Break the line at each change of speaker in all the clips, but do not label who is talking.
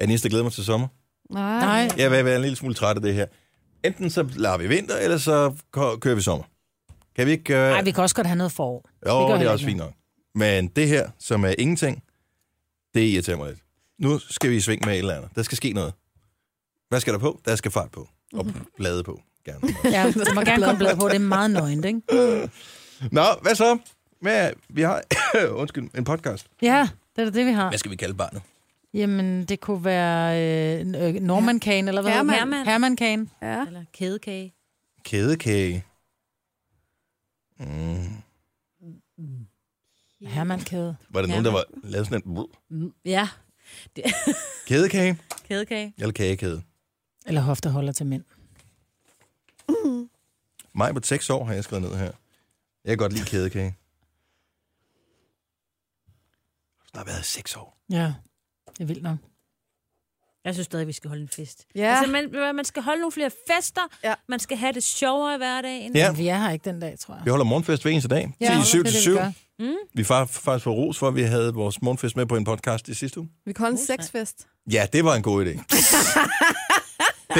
Anis, der glæder mig til sommer.
Nej.
Nej.
Jeg vil være en lille smule træt af det her. Enten så lader vi vinter, eller så ko- kører vi sommer. Kan vi ikke gøre...
Nej, vi kan også godt have noget forår.
jo, det,
gør
det er
heller
også
ikke
fint nok. Men det her, som er ingenting, det irriterer mig lidt. Nu skal vi i sving med et eller andet. Der skal ske noget. Hvad skal der på? Der skal fart på. Og
Mhm.
blade på, gerne.
Ja, du må gerne komme blad på, det er meget nøgent, ikke?
Nå, hvad så? Hvad, vi har undskyld, en podcast.
Ja, det er da det, vi har.
Hvad skal vi kalde barnet?
Jamen, det kunne være øh, øh, Normankagen, eller hvad hedder den?
Herman.
Hermankagen.
Ja.
Eller kædekage.
Kædekage. Mm.
Hermankade.
Var der nogen, der var lavet sådan en
Mm, Ja,
kædekage?
kædekage.
Eller kagekæde?
Eller hofteholder til mænd.
Mig på 6 år har jeg skrevet ned her. Jeg kan godt lide kædekage. Der har været 6 år.
Ja, det er vildt nok.
Jeg synes stadig, vi skal holde en fest.
Ja.
Altså, man, man skal holde nogle flere fester.
Ja.
Man skal have det sjovere i hverdagen.
Ja.
Men vi er her ikke den dag, tror jeg.
Vi holder morgenfest hver eneste dag. Ja, 7 til 7.
Mm.
Mm.
Vi har faktisk fået ros for, at vi havde vores morgenfest med på en podcast i sidste uge.
Vi kan holde en sexfest.
Ja, det var en god idé.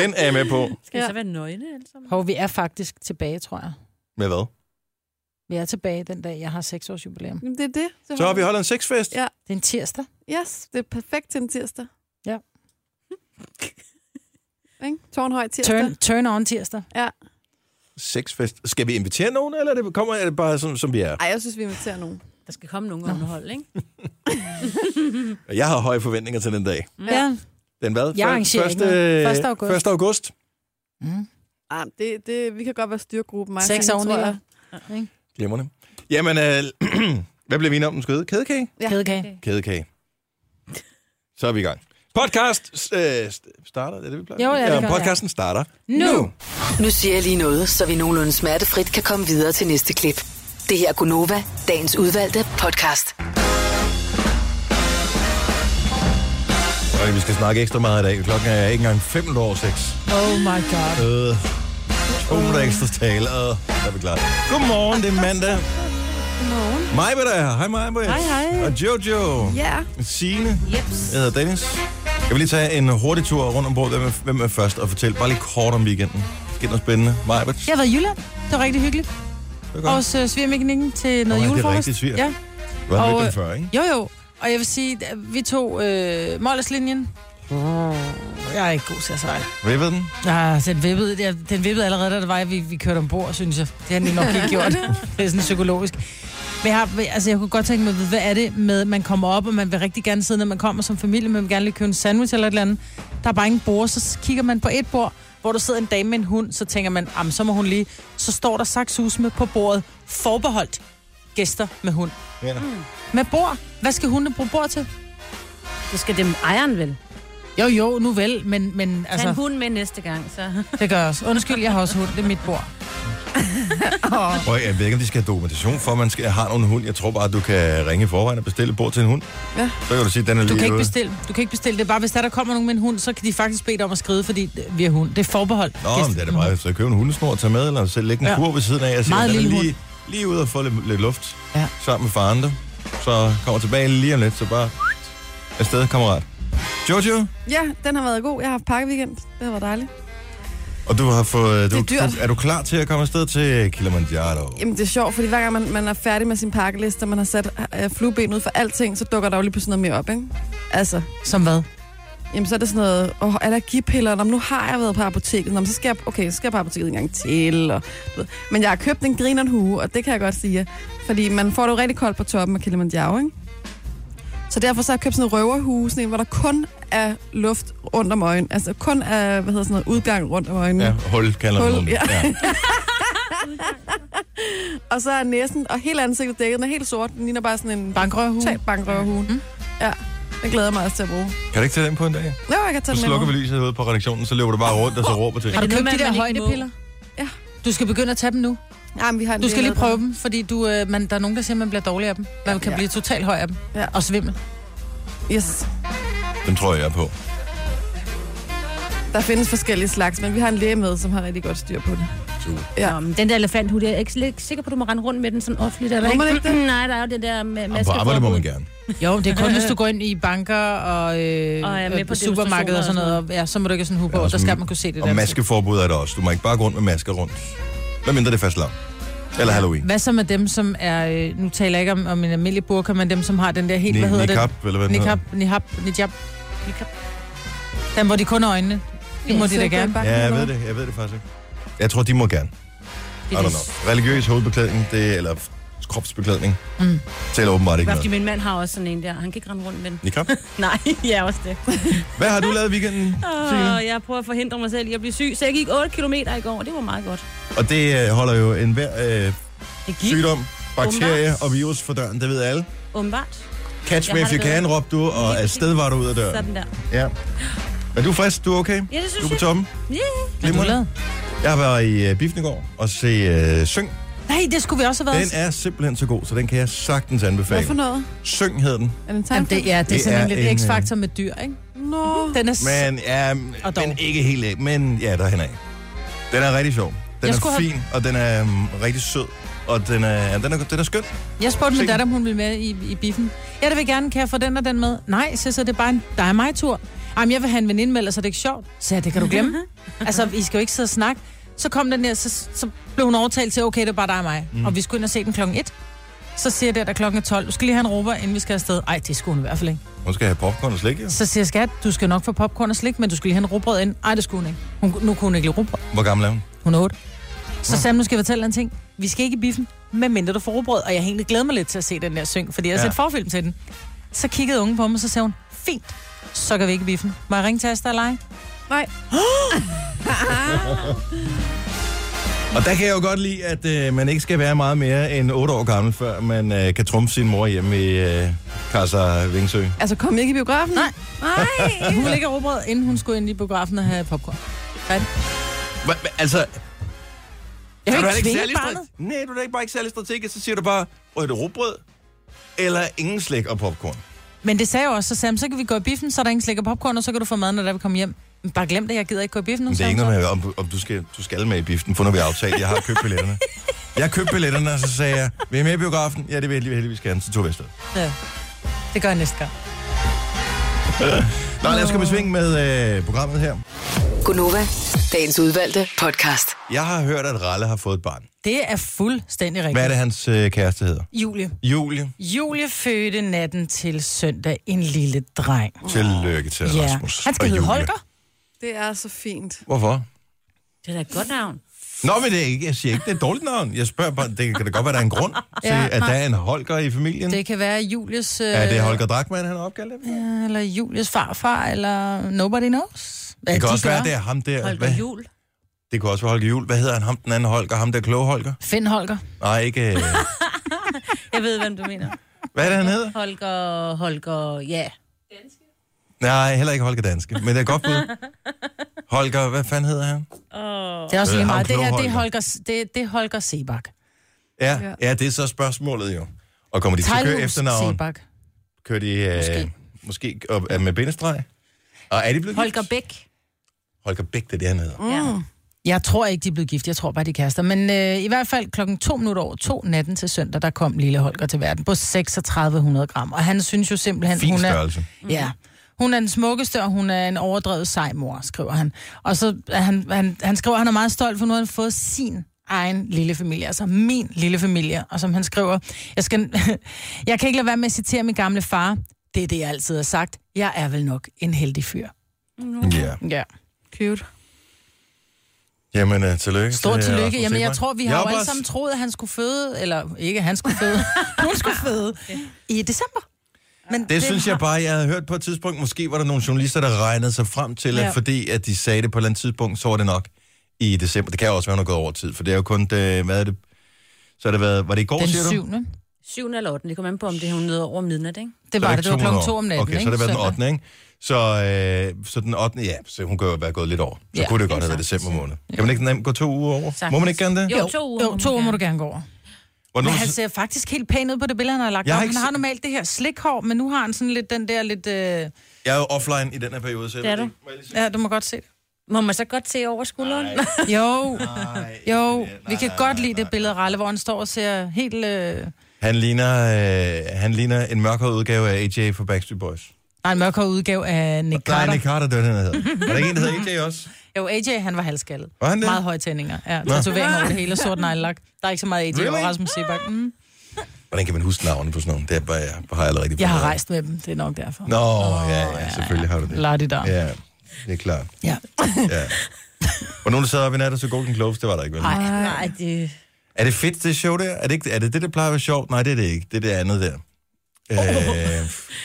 Den er jeg med på.
Skal vi
Ja.
så være nøgne alle sammen?
Hov, vi er faktisk tilbage, tror jeg.
Med hvad?
Vi er tilbage den dag, jeg har 6 års jubilæum.
Jamen, det er det.
Så har vi holdt en sexfest.
Ja.
Det er en tirsdag.
Yes, det er perfekt til en tirsdag.
Ja.
Ikke? Tårnhøj tirsdag.
Turn, turn on tirsdag.
Sexfest. Skal vi invitere nogen, eller er det, kommer er det bare som, som vi er?
Ej, jeg synes, vi inviterer nogen.
Der skal komme nogen underhold, ikke?
Jeg har høje forventninger til den dag.
Mm. Ja.
Den hvad?
Jeg arrangerer ikke noget. Første august.
1. august.
Mm.
Ej, det, det, vi kan godt være styrgruppen. mig og
Seks
Signe, tror
oveni.
jeg.
Glimrende. Jamen, øh, hvad blev vi enige om den skøde? Kædekage?
Ja.
Kædekage.
Okay.
Kædekage. Så er vi i gang. Podcast s- øh, st- starter, er det, vi plejer?
Jo, ja, det gør jeg.
podcasten starter
Nu.
Nu siger jeg lige noget, så vi nogenlunde smertefrit kan komme videre til næste klip. Det her er Gunova, dagens udvalgte podcast.
Og vi skal snakke ekstra meget i dag. Klokken er ikke engang 5 over 6.
Oh my god.
Øh, to minutter ekstra tale. Øh, der er vi klar. Godmorgen, det er mandag. Godmorgen. Majbe der er her. Hej Majbe. Hej, hej. Og Jojo.
Ja,
Signe. Jeps. Jeg hedder Dennis. Jeg vil lige tage en hurtig tur rundt om bordet. Hvem er, hvem er først? Og fortælle bare lige kort om weekenden. Sker noget spændende? Majbe.
Jeg har været i Jylland. Det var rigtig hyggeligt.
Det er godt.
Og hos øh, svigermekanikken til noget
Nå, ja, det er
julefrokost.
rigtigt, sviger.
Ja.
Du har
og-
mødt dem før, ikke?
Jo, jo. Og jeg vil sige, at vi tog øh, Mollerslinjen. Jeg er ikke god til at sejle.
Ved ved den?
Ah, så den, vippede, ja, den vippede allerede, da det var, at vi, vi kørte ombord, synes jeg. Det har den nok ikke gjort. det er sådan psykologisk. Men jeg, har, altså, jeg kunne godt tænke mig at vide, hvad er det med, at man kommer op, og man vil rigtig gerne sidde, når man kommer som familie, man vil gerne lige købe en sandwich eller et eller andet. Der er bare ingen bord, så kigger man på et bord, hvor der sidder en dame med en hund, så tænker man, "Am, så må hun lige. Så står der saksusme på bordet, forbeholdt gæster med hund.
Ja.
Med bord. Hvad skal hunde bruge bord til?
Det skal dem ejeren vel.
Jo, jo, nu vel, men, men
Altså. Tag en
altså,
hund med næste gang, så...
det gør jeg også. Undskyld, jeg har også hund. Det er mit bord.
Prøv, jeg ved ikke, om de skal have dokumentation for, at man skal, har nogen hund. Jeg tror bare, at du kan ringe i forvejen og bestille et bord til en hund.
Ja.
Så kan du sige, at den er lige
Du kan ikke
ude.
bestille. Du kan ikke bestille. Det er bare, hvis der, der kommer nogen med en hund, så kan de faktisk bede dig om at skride, fordi vi er hund. Det er forbeholdt.
Nå, men det er da bare, så køb en hundesnor og tage med, eller selv lægge en
Ja.
kur ved siden af, og sige,
Meget
den er
lille
lige, lige ud og få lidt, lidt luft
Ja.
sammen med faren der. Så kommer tilbage lige om lidt, så bare afsted, kammerat. Jojo,
ja, den har været god. Jeg har haft pakkeweekend. Det var dejligt.
og du har fået... Du,
Det er dyrt.
Du, er du klar til at komme afsted til Kilimanjaro?
Jamen, det er sjovt, fordi hver gang man, man er færdig med sin pakkeliste, og man har sat øh, flueben ud for alting, så dukker der jo lige pludselig noget mere op, ikke? Altså,
Som hvad?
jamen, så er det sådan noget, åh, allergipiller, Nå, men nu har jeg været på apoteket, Nå, men så skal jeg, okay, så skal jeg på apoteket en gang til, og, du ved. men jeg har købt en grineren hue, og det kan jeg godt sige, fordi man får det jo rigtig koldt på toppen af Kilimanjaro, ikke? Så derfor så har jeg købt sådan en røverhue, sådan en, hvor der kun er luft rundt om øjnene, altså kun er, hvad hedder sådan noget, udgang rundt om øjnene.
Ja, hul kalder
Hul,
man den.
ja.
ja.
Og så er næsen og hele ansigtet dækket. Den er helt sort. Den ligner bare sådan en
Bankrøvhue.
total bankrøverhue. Mm. Ja, den glæder jeg mig også til at bruge.
Kan du ikke tage den på en dag?
Nå, jeg kan tage
Så
den
slukker
med
vi
mig.
lyset ude på redaktionen, så løber du bare rundt og så råber til.
Har du
det noget
købt
med,
de
at
der
man ikke må?
højdepiller?
Ja.
Du skal begynde at tage dem nu.
Ja, men vi har en
Du skal
del
lige
af
prøve
den.
dem, fordi du, øh, man, der er nogen, der siger, at man bliver dårlig af dem. Man kan
Ja.
blive totalt høj af dem.
Ja.
Og svimmel.
Yes.
Den tror jeg, jeg er på.
Der findes forskellige slags, men vi har en læge med, som har rigtig godt styr på det.
suge.
Ja.
Ja. Nå, men den der elefanthund, jeg er ikke slet ikke sikker på, at du må rende rundt med den sådan offentligt. Eller
Må man ikke det?
Nej, der er jo det der med
Og på arbejde må man gerne.
Jo, det er kun, hvis du går ind i banker og, øh,
Og er med på
øh, supermarkeder og sådan noget.
demonstrationer og
Og, ja, så må du ikke have sådan en hue på,
Ja, og
og der
sådan-
skal man kunne se det
Og
der.
maskeforbud er der også. Du må ikke bare gå rundt med masker rundt. Hvad mindre det er fast lav. Eller Halloween.
Hvad så med dem, som er... øh, Nu taler jeg ikke om, om en almindelig burka, men dem, som har den der helt...
Ni,
Hvad hedder
niqab,
det?
eller hvad den
Nikab,
hedder.
nihab, nijab. Den, hvor de kun har øjnene. Det må de da gerne.
Ja, jeg ved det. Jeg ved det faktisk ikke. Jeg tror, de må gerne. I
er
don't know. Religiøs hovedbeklædning, det, eller kropsbeklædning, mm. tæller åbenbart ikke
Fordi
noget.
min mand har også sådan en der. Han kan ikke rende rundt med den.
Niqab.
Nej, jeg er også det.
Hvad har du lavet i weekenden, Signe?
Og jeg prøver at forhindre mig selv i at blive syg, så jeg gik 8 km i går, det var meget godt.
Og det øh, holder jo enhver øh,
Det gik,
sygdom, bakterie
Åbenbart.
og virus for døren, det ved alle.
åbenbart.
Catch
Jeg
me
har
if you
det
can, råbte du, og
Lige
afsted var du ud af døren.
Sådan der.
Ja. Men du er frisk, du er okay?
Ja, det synes
Du er på
jeg.
toppen?
Yeah.
Hvad har du
Glimrende.
lavet?
Jeg var i øh, biffen i går og se øh, Syng.
Nej, det skulle vi også have
Den
været.
er simpelthen så god, så den kan jeg sagtens anbefale.
Hvorfor noget?
Syng hed den.
Er det en
Jamen,
tegnefilm?
det, ja, det er
Det
sådan
er
en
en, øh,
lidt x-faktor med dyr, ikke?
Nå.
Den er... s-
Men, ja,
Og dog.
men ikke helt af. Men ja, der af. Den er rigtig sjov. Den
Jeg
er
skulle have-
fin, og den er um, rigtig sød. Og den er, ja, den er, den er skøn.
Jeg spurgte
Se
min
den.
datter, om hun ville med i, i biffen. Ja, det vil jeg gerne. Kan jeg få den og den med? Nej, så, så det er bare en dig og mig tur. Jamen, jeg vil have en veninde med, ellers så det ikke sjovt. Så ja, det kan du glemme.
Mm-hmm.
altså, I skal jo ikke sidde og snakke. Så kom den her, så, så blev hun overtalt til, okay, det er bare dig og mig. Mm. Og vi skulle ind og se den klokken 1. Så siger jeg der, der klokken er 12. Du skal lige have en råber, inden vi skal afsted. Ej, det skulle hun i hvert fald ikke.
Hun skal have popcorn og slik, ja.
Så siger jeg, skat, du skal nok få popcorn og slik, men du skal lige have en råbrød ind. Ej, det skulle hun ikke. Hun, nu kunne hun ikke lide råbrød.
Hvor gammel er hun?
Hun er 8. Så Sam, nu skal jeg fortælle dig en ting. Vi skal ikke i biffen, medmindre du får robrød. Og jeg har egentlig glædet mig lidt til at se den der syng, fordi jeg har
Ja.
set forfilm til den. Så kiggede ungen på mig, så sagde hun, fint, så kan vi ikke i biffen. Må jeg ringe til Asta og lege?
Nej.
Og der kan jeg jo godt lide, at øh, man ikke skal være meget mere end 8 år gammel, før man øh, kan trumfe sin mor hjemme i øh, Kasa Vingsø.
Altså, kom ikke i biografen?
Nej.
Nej.
Hun ville ikke have robrød, inden hun skulle ind i biografen og have popcorn.
Hva, hva, altså,
Jeg
er
vil
du
ikke
ikke
tvinge
særlig
barnet.
strate- Nej, du er da ikke bare ikke særlig strategisk, så siger du bare, rødt råbrød, eller ingen slik og popcorn.
Men det sagde jeg også, så Sam, så kan vi gå i biffen, så er der ingen slik og popcorn, og så kan du få mad, når der vi kommer hjem. Men bare glem det, jeg gider ikke gå i biffen nu.
Men det er
sagde
ikke
hun
noget med, om, du- om du, skal, du skal med i biften, for nu vi aftalt, jeg har købt billetterne. Jeg købte billetterne, og så sagde jeg, vil I med i biografen? Ja, det vil jeg heldigvis gerne, så tog vi afsted.
så. Ja. Det gør jeg næste gang.
Nå, lad os komme i sving med øh, programmet her.
Gunova, dagens udvalgte podcast.
Jeg har hørt, at Ralle har fået et barn.
Det er fuldstændig rigtigt.
Hvad er det, hans øh, kæreste hedder?
Julie.
Julie.
Julie fødte natten til søndag en lille dreng.
Tillykke til
Ja.
Rasmus
Han skal
og
hedde
Julie.
Holger.
Det er så fint.
Hvorfor?
Det er da et godt navn.
Nå, men det er ikke, jeg siger ikke, det er et dårligt navn. Jeg spørger bare, det kan da godt være, der er en grund til,
Ja,
at der
nej.
er en Holger i familien.
Det kan være Julies... Øh,
Er det Holger Drachmann, han har opkaldt det? Det
Eller Julies farfar, eller nobody knows. Hvad
kan
de
også være,
gør.
det er ham der.
Holger
Hvad?
Jul.
Det kan også være Holger Jul. Hvad hedder han? Ham den anden Holger? Ham der kloge Holger?
Find Holger.
Nej, ikke... øh,
Jeg ved, hvem du mener.
Hvad er det, han hedder?
Holger, Holger, ja.
Nej, heller ikke Holger Danske, men det er godt bud. Holger, hvad fanden hedder han?
Det er også
Øh, ham
lige meget. Det her,
kloge
det er
Holger.
Holger, det, det er Holger Sebak.
Ja, ja, det er så spørgsmålet jo. Og kommer de til at køre
Tejlhus
efternavn?
Sebak.
Kører de... Øh, måske.
Måske.
Måske op, er med bindestreg? Og er de blevet
Holger
gift?
Bæk.
Holger Bæk, det er det, han hedder.
Ja.
Mm. Jeg tror ikke, de er blevet gift. Jeg tror bare, de er kærester. Men øh, i hvert fald klokken to minutter over to natten til søndag, der kom lille Holger til verden på 3600 gram. Og han synes jo simpelthen,
Fin
hun er... Mm.
størrelse.
Ja. Hun er den smukkeste, og hun er en overdrevet sej mor, skriver han. Og så er han, han, han skriver, at han er meget stolt, for nu har han fået sin egen lille familie, altså min lille familie. Og som han skriver, jeg, skal, jeg kan ikke lade være med at citere min gamle far. Det er det, jeg altid har sagt. Jeg er vel nok en heldig fyr.
Ja.
Ja.
Cute.
Jamen, uh, tillykke.
Stort
til, øh,
tillykke.
Rasmus
Jamen, jeg
Sebak.
tror, vi har jo
Jabbers.
alle sammen troet, at han skulle føde, eller ikke, han skulle føde, hun skulle føde i december. Men
Det synes jeg bare, jeg havde hørt på et tidspunkt. Måske var der nogle journalister, der regnede sig frem til, at
Ja.
fordi at de sagde det på et eller andet tidspunkt, så var det nok i december. Det kan jo også være, hun er gået over tid, for det er jo kun, det, hvad er det, så har det været, var det i går,
den
siger du?
syvende.
7. eller 8. Det kommer an på, om det er hun nede over midnat, ikke?
Det
Så
var
er
det. Det var klokken
to
to om natten,
Okay, så
ikke?
det var den
Søndag.
8. Ikke? Så, øh, så den 8. Ja, så hun kan jo være gået lidt over. Så
Ja,
kunne det jo
det
godt
er
have været december måned. Kan man ikke nemt gå to uger over? Må
Sagtens.
man ikke gerne det?
Jo, to uger må
Jo,
man
to uger må
gerne.
du gerne gå over.
Hvornår,
Men han ser faktisk helt pæn ud på det billede, han har lagt
Jeg
op.
har
Han
ikke
har
se-
normalt det her slikhår, men nu har han sådan lidt den der lidt... Øh...
jeg er jo offline i den her periode, så jeg
Det er
ved
du.
ikke, må jeg lige se.
Ja, du må godt se det.
Må man så godt se over skulderen?
Nej.
Jo,
Nej,
jo.
nej,
Vi kan
nej,
godt
nej,
lide det
nej.
billede, af Ralle, hvor han står og ser helt... Øh...
Han ligner, øh, han ligner en mørkere udgave af AJ fra Backstreet Boys.
Nej, en mørkere udgave af Nick
Nej,
Carter.
Nick Carter, det var den, han hed. Var der ikke en, der hed AJ også?
Jo, AJ, han var halvskaldet.
Var han det?
Meget høje tændinger. Ja, tatoveringer over det hele, og sort nejlak. Der er ikke så meget AJ really?
Really?
over Rasmus Sebak. Mm.
Hvordan kan man huske navnet på sådan nogen? Det er bare, jeg har jeg allerede rigtig
Jeg har
fundet ud af.
rejst med dem, det er nok derfor.
Nå, ja, ja, selvfølgelig har du det.
Lad det der.
Ja, det er klart.
Ja.
Ja. Og nogen, der sad oppe i nat og så Golden Globes, det var der ikke, vel?
Nej.
Nej, det...
Er det fedt, det show der? Er det, ikke, er det det, der plejer at være sjovt? Nej, det er det ikke. Det er det andet der. Øh,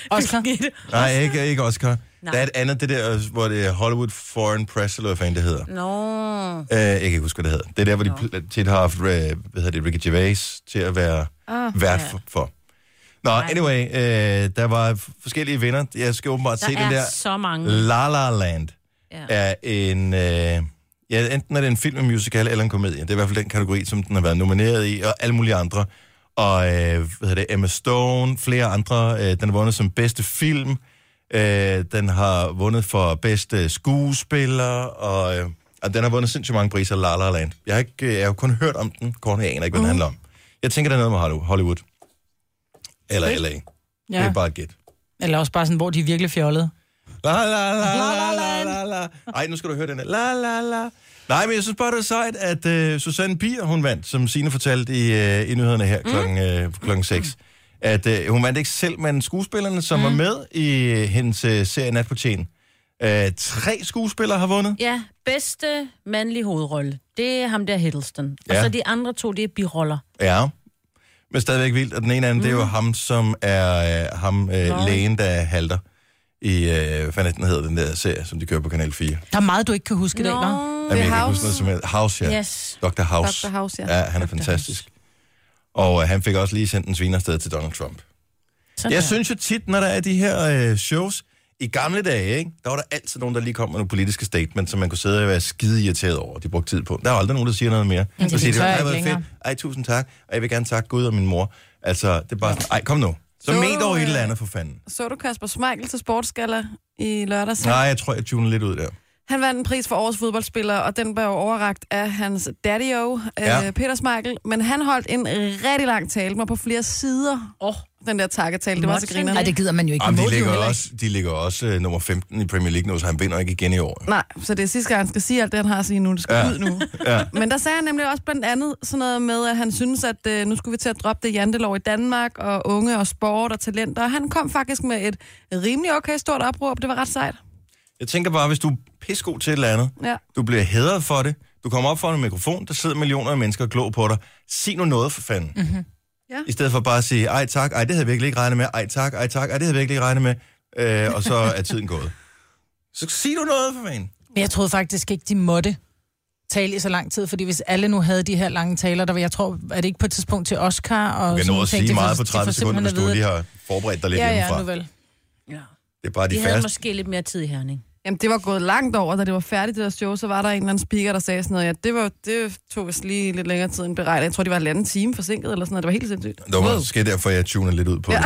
Oscar.
nej, ikke, ikke Oscar.
Nej.
Der er et andet, det der, øh, hvor det er Hollywood Foreign Press, eller hvad fanden det hedder.
Nå.
Øh, jeg kan ikke huske, hvad det hedder. Det er der, hvor de pl- tit har haft, øh, hvad hedder det, Ricky Gervais til at være oh, vært for. for. Nå, anyway, øh, der var f- forskellige vinder. Jeg skal åbenbart
Der
se
er
den der
så mange.
La La Land
Ja.
er en... Øh, ja, enten er det en film, en musical eller en komedie. Det er i hvert fald den kategori, som den har været nomineret i, og alle mulige andre. Og øh, hvad hedder det, Emma Stone, flere andre. Øh, den har vundet som bedste film. Øh, den har vundet for bedste skuespiller, og, øh, og den har vundet sindssygt mange priser, La La Land. Jeg har, ikke, øh, jeg har kun hørt om den, kort jeg aner
Mm.
ikke, hvad den handler om. Jeg tænker, det er noget med Hollywood- Hollywood. Eller LA. Det
Ja.
er bare et gæt.
Eller også bare sådan, hvor de er virkelig fjollede.
La la la la la la la. Ej, nu skal du høre den her. La la la. Nej, men jeg synes bare, det er sejt, at øh, Susanne Bier, hun vandt, som Signe fortalte i, øh, i nyhederne her klokken, øh, klokken 6. At øh, hun vandt ikke selv, men skuespillerne, som mm. var med i øh, hendes øh, serie Nat på Tjen. Øh, tre skuespillere har vundet.
Ja, bedste mandlige hovedrolle. Det er ham der Hiddleston. Ja.
Ja.
Og så de andre to, det er biroller.
Ja. Men stadigvæk vildt. Og den ene anden, mm. det er jo ham, som er øh, ham, øh, lægen, der halter i, øh, hvad fanden hedder den der serie, som de kører på Kanal 4.
Der er meget, du ikke kan huske i dag, hva'?
Jamen, jeg kan ikke
House.
huske noget som helst. Mm. House, ja.
Yes.
Dr. House.
Dr. House, ja.
Ja, han er fantastisk. Og øh, han fik også lige sendt en svinersted til Donald Trump.
Sådan
Jeg
der.
synes jo tit, når der er de her øh, shows, i gamle dage, ikke, der var der altid nogen, der lige kom med nogle politiske statement, som man kunne sidde og være skide irriteret over, de brugte tid på. Der er aldrig nogen, der siger noget mere.
det
Så siger de,
tør jeg
"Ej,
ikke
hvor er det
længere."
fedt. Ej, tusind tak. Og jeg vil gerne takke Gud og min mor. Altså, det er bare sådan, ej, kom nu. Så
Så,
ment over et
øh,
eller andet for fanden.
Så du Kasper Schmeichel til sportsgalla i lørdags?
Nej, jeg tror, jeg tuner lidt ud der.
Han vandt en pris for årets fodboldspiller, og den blev overragt af hans daddy øh,
Ja.
Peter Schmeichel. Men han holdt en rigtig lang tale, den var på flere sider. Oh. Den der takketale, det var så
Måtte
griner.
han
Nej, det gider man jo ikke.
Jamen,
Man
de
må det jo
ligger
heller ikke.
også, de ligger også øh, nummer 15 i Premier League nu, så han vinder ikke igen i år.
Nej, så det er sidste gang, han skal sige alt det, han har at sige nu. Det skal
Ja.
ja. ud nu.
Ja.
Men der sagde han nemlig også blandt andet sådan noget med, at han synes, at øh, nu skulle vi til at droppe det jantelov i Danmark, og unge og sport og talenter. Og han kom faktisk med et rimelig okay stort opråb. Det var ret sejt.
Jeg tænker bare, hvis du er pissegod til et eller andet,
Ja.
du bliver hædret for det, du kommer op for en mikrofon, der sidder millioner af mennesker og glor på dig, sig nu noget for
Mm.
fanden. Mm-hmm.
Ja.
I stedet for bare at sige, ej tak, ej det havde jeg virkelig ikke regnet med, ej tak, ej tak, ej det havde jeg virkelig ikke regnet med, øh, og så er tiden gået. Så sig nu noget for fanden.
Men jeg troede faktisk ikke, de måtte tale i så lang tid, fordi hvis alle nu havde de her lange taler, der var, jeg tror, er det ikke på et tidspunkt til Oscar? Og
Du kan nå at sige meget på 30 sekunder, hvis du lige
har
har forberedt dig lidt
ja,
hjemmefra.
ja, nu vel.
Ja.
Det er bare de,
De
de
havde
færreste.
måske lidt mere tid i Herning.
Jamen, det var gået langt over, da det var færdigt, det der show, så var der en eller anden speaker, der sagde sådan noget, ja, det, var, det tog os lige lidt længere tid end beregnet. Jeg tror, det var en anden time forsinket, eller sådan noget. Det var helt sindssygt.
Det var måske derfor, jeg tuner lidt ud på det.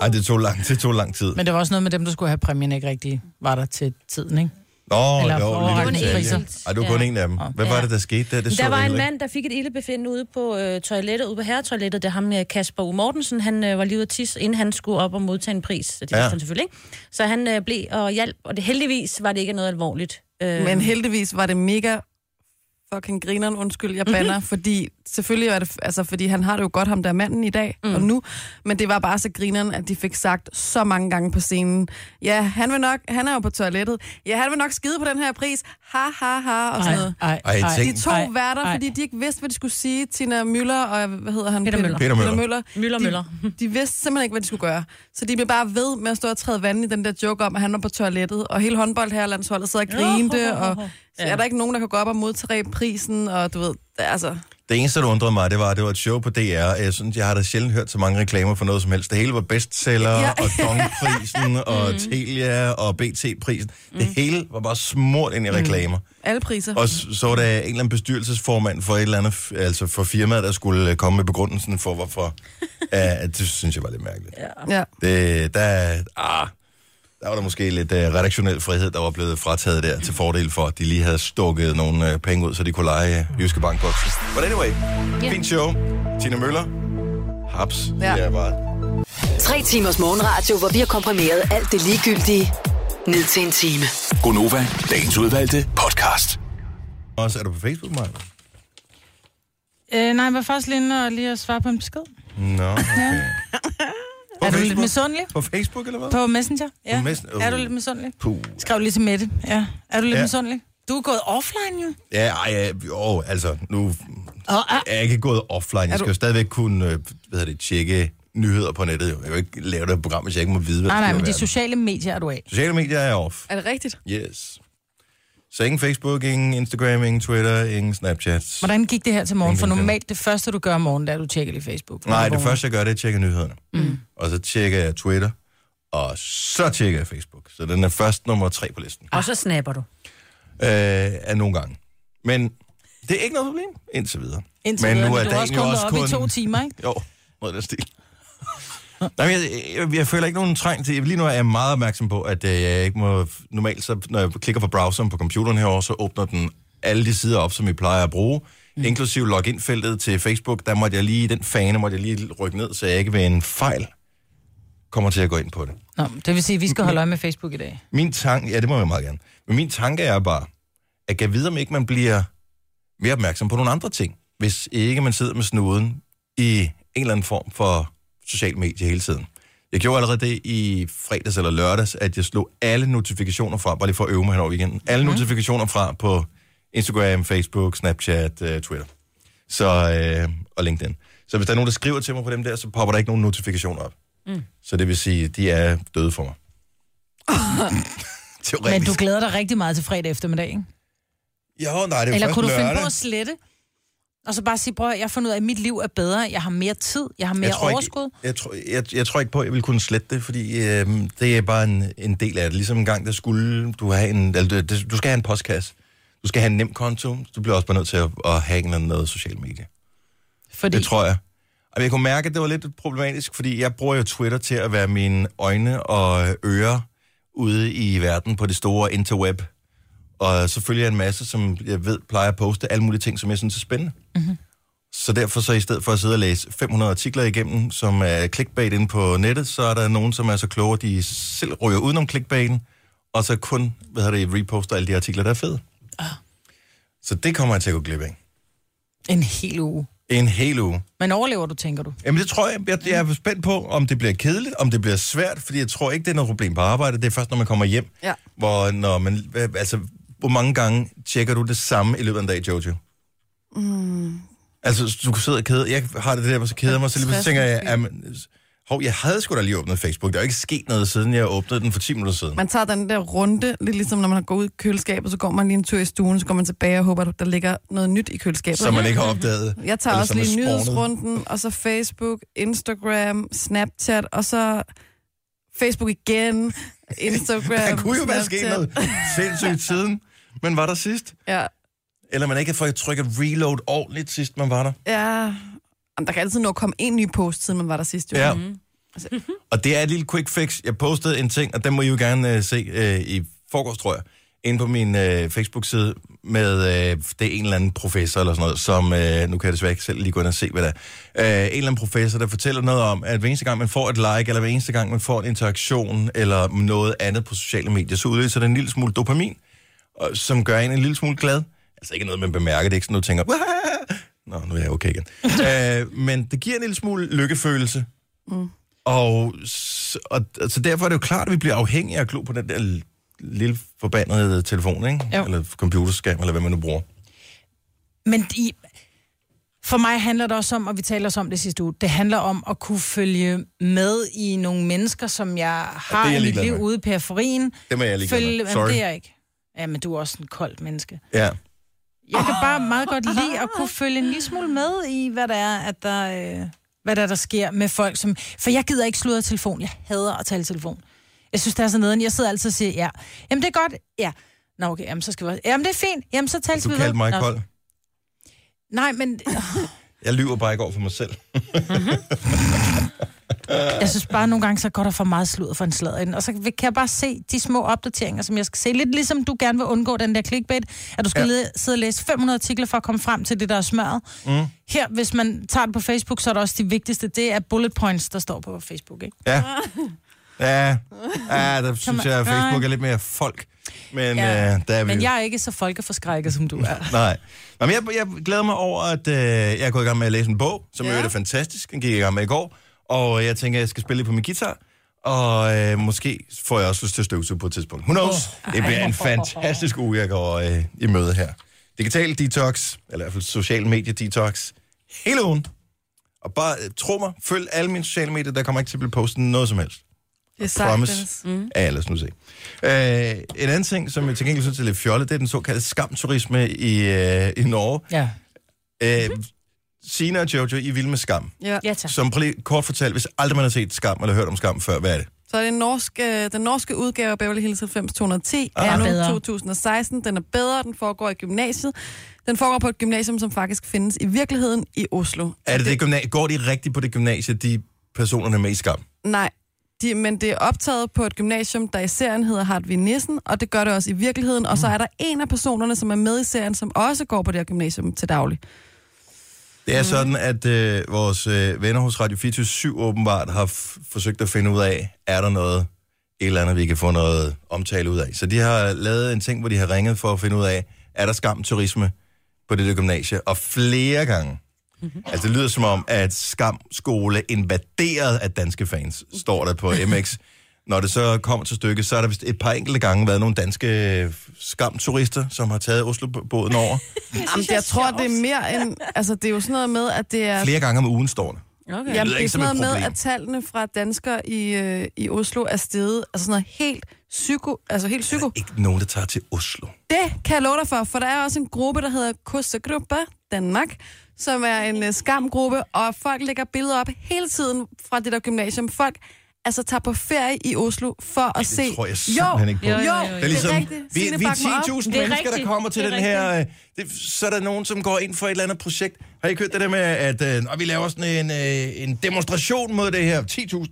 Ej, det tog lang, det tog lang tid.
Men det var også noget med dem, der skulle have præmien, ikke rigtig var der til tiden, ikke?
Nå,
Eller
jo,
overraskende
lille detalje.
priser.
Ej, det var kun en af dem. Hvad var det, der skete der? Det så
Der
jeg
var en
heller ikke.
mand, der fik et ildebefindende ude på øh, toilettet, ude på herretoilettet. Det er ham øh, Kasper U. Mortensen. Han øh, var lige ude at tisse, inden han skulle op og modtage en pris. Så det
Ja.
ja. han selvfølgelig ikke. Så han øh, blev og hjalp, og det heldigvis var det ikke noget alvorligt. Øh,
Men heldigvis var det mega fucking grineren, undskyld, jeg banner,
Mhm.
fordi selvfølgelig er det, altså, fordi han har det jo godt, ham der manden i dag mm. og nu, men det var bare så grineren, at de fik sagt så mange gange på scenen, ja, han vil nok, han er jo på toilettet, ja, han vil nok skide på den her pris, ha, ha, ha, og sådan noget.
ej,
Ej,
ej.
tænk-
De to
Ej,
værter,
ej.
fordi de ikke vidste, hvad de skulle sige. Tina Møller og, hvad hedder han?
Peter Møller.
Peter
Peter
Møller.
Møller.
Møller,
de,
Møller.
De vidste simpelthen ikke, hvad de skulle gøre. Så de blev bare ved med at stå og træde vand i den der joke om, at han var på toilettet. Og hele håndboldherrelandsholdet sad og grinte. Og så er der ikke nogen, der kan gå op og modtage prisen. Og du ved, altså...
Det eneste, der undrede mig, det var, at det var et show på DR. og Jeg synes, jeg har da sjældent hørt så mange reklamer for noget som helst. Det hele var bestseller, ja.
Ja.
og Dongprisen, og Telia, og BT-prisen. Det hele var bare smurt
Mm.
ind i reklamer.
Alle priser.
Og s- så var der en eller anden bestyrelsesformand for et eller andet, f- altså for firmaet, der skulle øh, komme med begrundelsen for, hvorfor. Ja, det synes jeg var lidt mærkeligt.
Ja.
Det, der, ah, Der var der måske lidt øh, redaktionel frihed, der var blevet frataget der til fordel for, at de lige havde stukket nogle øh, penge ud, så de kunne lege øh, Jyske Bank godt. But anyway, fint show. Tina Møller. Haps.
Ja.
Ja. Det er bare
Tre timers morgenradio, hvor vi har komprimeret alt det ligegyldige ned til en time.
Gonova, dagens udvalgte podcast.
Også er du på Facebook, Maja?
Øh, nej, jeg var faktisk lige inde og lige at svare på en besked.
Nå, okay. På
er du lidt
Facebook?
misundelig?
På Facebook, eller hvad?
På Messenger? Ja.
På Messen- Øh,
Er du lidt misundelig?
Puh.
Skrev lige til Mette. Ja. Er du lidt
Ja.
ja. misundelig? Du er gået offline, jo.
Ja, ej, ja, jo, altså, nu
Og, ah,
er jeg ikke gået offline. Jeg skal jo stadigvæk kunne, øh, hvad hedder det, tjekke nyheder på nettet. jo. Jeg kan jo ikke lave det program, hvis jeg ikke må vide, hvad
nej,
der
nej,
sker i
men de
verden.
sociale medier er du af.
Sociale medier er off.
Er det rigtigt?
Yes. Så ingen Facebook, ingen Instagram, ingen Twitter, ingen Snapchat.
Hvordan gik det her til morgen? For
Ingenting.
normalt det første, du gør om morgenen, det er, at du tjekker lige Facebook.
Nej, det
Hvornår-
første, jeg gør, det er at tjekke nyhederne. Mm. Og så tjekker jeg Twitter, og så tjekker jeg Facebook. Så den er først nummer tre på listen.
Og så snapper du.
øh, af nogle gange. Men det er ikke noget problem, indtil videre.
Indtil
Men
videre,
nu er
men du
dagen
har også
jo
kommet
også
op
kun...
i to timer, ikke?
Jo, noget af den stil. Nej, men jeg, jeg, jeg føler ikke nogen trang til... Lige nu er jeg meget opmærksom på, at øh, jeg ikke må... Normalt, så, når jeg klikker på browseren på computeren herovre, så åbner den alle de sider op, som vi plejer at bruge. Mm. Inklusiv login-feltet til Facebook. Der måtte jeg lige... Den fane måtte jeg lige rykke ned, så jeg ikke ved en fejl kommer til at gå ind på det.
Nå, det vil sige, at vi skal holde øje med Facebook i dag.
Min tanke, ja, det må jeg meget gerne. Men min tanke er bare, at kan vide, om ikke man bliver mere opmærksom på nogle andre ting, hvis ikke man sidder med snuden i en eller anden form for social medie hele tiden. Jeg gjorde allerede det i fredags eller lørdags, at jeg slog alle notifikationer fra, bare lige for at øve mig hen over weekenden, alle notifikationer fra på Instagram, Facebook, Snapchat, øh, Twitter så, øh, og LinkedIn. Så hvis der er nogen, der skriver til mig på dem der, så popper der ikke nogen notifikationer op. Mm. Så det vil sige, de er døde for mig.
Men
Teoretisk.
du glæder dig rigtig meget til fredag eftermiddag, ikke?
Jo, nej, det er jo
Eller
først
kunne du finde
lørdag.
på at slette? Og så bare sige, bror, jeg har fundet ud af, at mit liv er bedre. Jeg har mere tid. Jeg har mere
jeg tror
overskud.
Ikke, jeg, tror, jeg, jeg tror ikke på, at jeg ville kunne slette det, fordi øh, det er bare en, en del af det. Ligesom en gang, der skulle du have en, eller, du, du skal have en postkasse. Du skal have en nem konto. Du bliver også bare nødt til at, at have en eller anden noget social medie.
Fordi...
Det tror jeg. Og jeg kunne mærke, at det var lidt problematisk, fordi jeg bruger jo Twitter til at være mine øjne og ører ude i verden på det store interweb. Og så følger jeg en masse, som jeg ved plejer at poste alle mulige ting, som jeg synes er spændende. Mm-hmm. Så derfor så i stedet for at sidde og læse 500 artikler igennem, som er clickbait inde på nettet, så er der nogen, som er så kloge, at de selv ryger udenom clickbaiten, og så kun, hvad hedder det, reposter alle de artikler, der er fede. Ah. Så det kommer jeg til at gå glip af.
En hel uge.
En hel uge.
Men overlever du, tænker du?
Jamen det tror jeg. Jeg, jeg er spændt på, om det bliver kedeligt, om det bliver svært, fordi jeg tror ikke, det er noget problem på arbejde. Det er først, når man kommer hjem.
Ja.
Hvor, når man, hva- altså, hvor mange gange tjekker du det samme i løbet af en dag, Jojo? Mm.
Mm.
Altså, du kan sidde og kede. Jeg har det der, hvor så keder jeg mig, så lige pludselig tænker jeg, jamen, hov, jeg havde sgu da lige åbnet Facebook. Der er jo ikke sket noget, siden jeg åbnede den for 10 minutter siden.
Man tager den der runde, lidt ligesom når man går ud i køleskabet, så går man lige en tur i stuen, så går man tilbage og håber, at der ligger noget nyt i køleskabet.
Som man ikke har opdaget.
Jeg tager
eller
også
som er
lige
spawnet.
nyhedsrunden, og så Facebook, Instagram, Snapchat, og så Facebook igen, Instagram,
Der kunne jo være sket
Snapchat.
noget sindssygt siden. Men var der sidst?
Ja,
Eller man ikke har fået trykket reload ordentligt sidst, man var der?
ja. Jamen, der kan altid nå at komme en ny post, siden man var der sidst. Jo. Altså,
Ja.
Mhm.
Og det er et lille quick fix. Jeg postede en ting, og den må I jo gerne øh, se øh, i forgårs, tror jeg, inde på min øh, Facebook-side med, øh, det er en eller anden professor eller sådan noget, som, øh, nu kan jeg desværre ikke selv lige gå ind og se, hvad det er, øh, en eller anden professor, der fortæller noget om, at hver eneste gang man får et like, eller hver eneste gang man får en interaktion, eller noget andet på sociale medier, så udløser det en lille smule dopamin, og, som gør en en lille smule glad. Altså ikke noget, man bemærker, det er ikke sådan, noget, du tænker, "Wah!" Nå, nu er jeg okay igen. øh, men det giver en lille smule lykkefølelse,
mm.
og, s- og, og så derfor er det jo klart, at vi bliver afhængige af at glo på den der l- lille forbandede telefon, ikke?
Jo.
Eller computerskærm, eller hvad man nu bruger.
Men i, for mig handler det også om, og vi taler også om det sidste uge, det handler om at kunne følge med i nogle mennesker, som jeg har
det er jeg
i mit
ligeglad
liv
med.
ude i periferien.
Dem er jeg ligeglad med.
Følge,
Sorry.
Jamen, det er jeg ikke. Jamen, du er også en kold menneske.
Ja.
Jeg kan bare meget godt lide at kunne følge en lille smule med i, hvad der er, at der, øh, hvad der, er, der sker med folk. Som, for jeg gider ikke sludre i telefon. Jeg hader at tale i telefon. Jeg synes, det er sådan noget. Jeg sidder altid og siger, ja, jamen det er godt, ja. Nå, okay, jamen så skal vi også... Jamen det er fint, jamen så tales
Du
vi
kaldte mig
Nå,
kold.
Nej, men...
Jeg lyver bare ikke over for mig selv.
Jeg synes bare, at nogle gange så går der for meget sludder for en sladder ind. Og så kan jeg bare se de små opdateringer, som jeg skal se. Lidt ligesom du gerne vil undgå den der clickbait, at du skal
Ja.
ja. lede, sidde og læse 500 artikler for at komme frem til det, der er smørret. Mm. Her, hvis man tager det på Facebook, så er det også de vigtigste. Det er bullet points, der står på Facebook, ikke?
Ja. Ja, ja der
Kan
synes
man-
jeg, at Facebook
nej.
er lidt mere folk. Men
Ja,
ja. øh, der er vi
Men
jo-
jeg er ikke så folkeforskrækket, som du er.
Nej. Nå, men jeg, jeg glæder mig over, at øh, jeg er gået i gang med at læse en bog, som ja. er fantastisk. Den gik jeg i gang med i går. Og øh, jeg tænker, at jeg skal spille lidt på min guitar. Og øh, måske får jeg også lyst til at støvsuge på et tidspunkt. Who knows? Oh, det bliver en fantastisk uge, jeg går øh, i møde her. Digital detox, eller i hvert fald social medie detox, hele ugen. Og bare øh, tro mig, følg alle mine sociale medier, der kommer ikke til at blive postet noget som helst.
Det er
Promise
sagtens.
Mhm.
mm. af nu se. Øh, en anden ting, som jeg til gengæld synes er lidt fjollet, det er den såkaldte skamturisme i, øh, i Norge.
Ja.
Øh, Sina og Jojo, I er vilde med skam.
Ja.
Ja, tak.
Som prøv lige kort fortalt, hvis aldrig man har set skam eller hørt om skam før, hvad er det?
Så er det en norsk, øh, den norske udgave af Beverly Hills 90210
Ah.
er nu
Bedre.
2016. Den er bedre, den foregår i gymnasiet. Den foregår på et gymnasium, som faktisk findes i virkeligheden i Oslo.
Er det det gymnasie? Går de rigtigt på det gymnasie, de personerne med i skam?
Nej, de, men det er optaget på et gymnasium, der i serien hedder Hartvig Nissen, og det gør det også i virkeligheden. Og så er der en af personerne, som er med i serien, som også går på det her gymnasium til daglig.
Det er mm. sådan, at øh, vores øh, venner hos Radio 24 åbenbart har f- forsøgt at finde ud af, er der noget, et eller andet, vi kan få noget omtale ud af. Så de har lavet en ting, hvor de har ringet for at finde ud af, er der skamturisme på det der gymnasie? Og flere gange. Mm-hmm. Altså, det lyder som om, at skamskole invaderet af danske fans, står der på MX. Når det så kommer til stykket, så har der vist et par enkelte gange været nogle danske øh, skamturister, som har taget Oslo-båden over.
Jamen, jeg tror, det er mere end... Altså, det er jo sådan noget med, at det er...
Flere gange om ugen står der.
Jamen,
Okay.
lyder
det er
ikke som
sådan
et
noget med,
problem.
at tallene fra danskere i, øh, i Oslo er steget. Altså sådan noget helt psyko. Altså helt psyko.
Ikke nogen, der tager til Oslo.
Det kan jeg love dig for, for der er også en gruppe, der hedder Kussegruppe Danmark, som er en øh, skamgruppe, og folk lægger billeder op hele tiden fra det der gymnasium. Folk altså tager på ferie i Oslo for at se...
tror jeg simpelthen ikke på.
Jo,
Jo,
jo,
jo,
jo,
Det
det
er ligesom,
er rigtigt.
vi,
Signe,
vi er
bak mig op.
10.000
Det er
mennesker, der
rigtigt.
kommer til
Det er
den her... øh, Det, så er der nogen, som går ind for et eller andet projekt. Har I ikke hørt det der med, at øh, og vi laver sådan en, øh, en demonstration mod det her?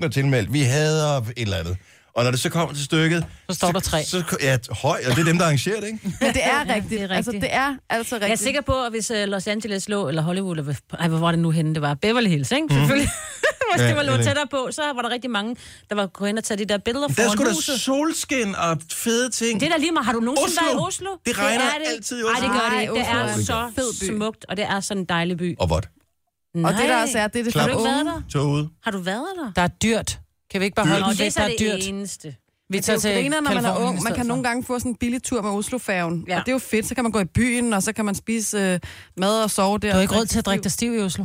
10.000 er tilmeldt. Vi hader et eller andet. Og når det så kommer til stykket...
Så står der tre.
Så, ja, høj, og det er dem, der arrangerer det, ikke?
Men det er rigtigt.
det er
Altså,
rigtigt.
det er altså rigtigt.
Jeg er sikker på, at hvis øh, Los Angeles lå, eller Hollywood, eller hvad- ej, hvor var det nu henne, det var Beverly Hills, ikke? Selvfølgelig. Hvis
Mm. Ja,
det var
ja,
lå
det-
tættere på, så var der rigtig mange, der var gået ind og tage de der billeder
Der er sgu
foran
da
huset.
solskin og fede ting.
Det er da lige meget. Har du nogensinde
Oslo.
været i Oslo?
Det regner
er
altid i Oslo.
Nej, det gør det
Ej,
ikke. Det
Oslo
er
er
så
en fed by.
smukt, og det er sådan en dejlig by.
Og vådt.
Nej.
Og det der også er, det er det for
Klap.
de
Har du ikke været
unge.
der?
Toget.
Har du været der?
Der er dyrt. Kan vi ikke bare holde
Nå,
den
det er
væk?
så
Der er
det
dyrt.
eneste.
Vi
Det er
tager
jo
til
griner, når man er
Californien i
ung. Man
stedet
kan
for.
nogle gange få sådan en billig tur med Oslofærgen. Ja.
Ja.
Og det er jo fedt. Så kan man gå i byen, og så kan man spise øh, mad og sove der.
Du har ikke råd til at drikke dig stiv i Oslo.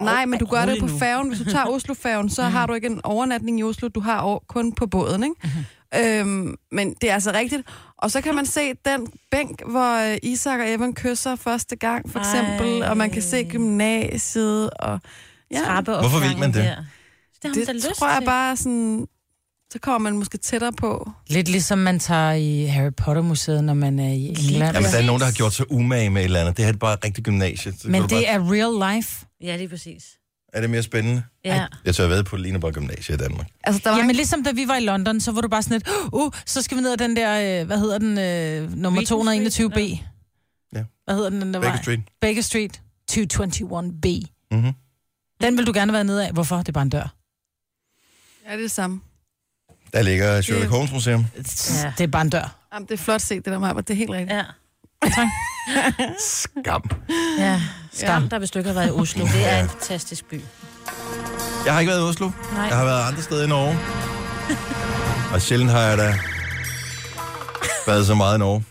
Nej, men du gør det
rolig
på
nu.
færgen. Hvis du tager Oslofærgen, så har du ikke en overnatning i Oslo. Du har over- kun på båden, ikke? Øhm, men det er altså rigtigt. Og så kan man se den bænk, hvor øh, Isak og Evan kysser første gang, for eksempel.
Ej.
Og man kan se gymnasiet. Og, ja,
Trappe
Hvorfor vil man det?
Der. Det har man da
det
lyst
tror jeg
til.
bare sådan... Så kommer man måske tættere på.
Lidt ligesom man tager i Harry Potter-museet, når man er i England.
Jamen, der er
Præcis.
nogen, der har gjort sig umage med et eller andet. Det her er bare et rigtigt gymnasie. Så kan
Men
du bare-
det er real life.
Ja, lige præcis.
er det mere spændende?
Ja.
Jeg tør ved på, at det ligner bare gymnasie i Danmark.
Altså, der var
Jamen ligesom da vi var i London, så var du bare sådan lidt, uh, så skal vi ned ad den der, øh, hvad hedder den, øh, nummer
Regent Street,
221B.
Ja.
Hvad hedder den, den der
Baker
vej?
Street.
Baker Street 221B.
Mm-hmm.
Den vil du gerne være nede af. Hvorfor? Det er bare en dør.
ja, det er det samme.
Der ligger Sherlock
Det-
Holmes Museum.
Ja.
Det er bare en dør.
Jamen, det er flot set, det der med, det er helt rigtigt.
Ja.
Skam.
ja. Skam,
Ja.
der vist ikke har været i Oslo. Det er en fantastisk by.
Jeg har ikke været i Oslo. Nej. Jeg har været andre steder i Norge. Og sjældent har jeg da været så meget i Norge,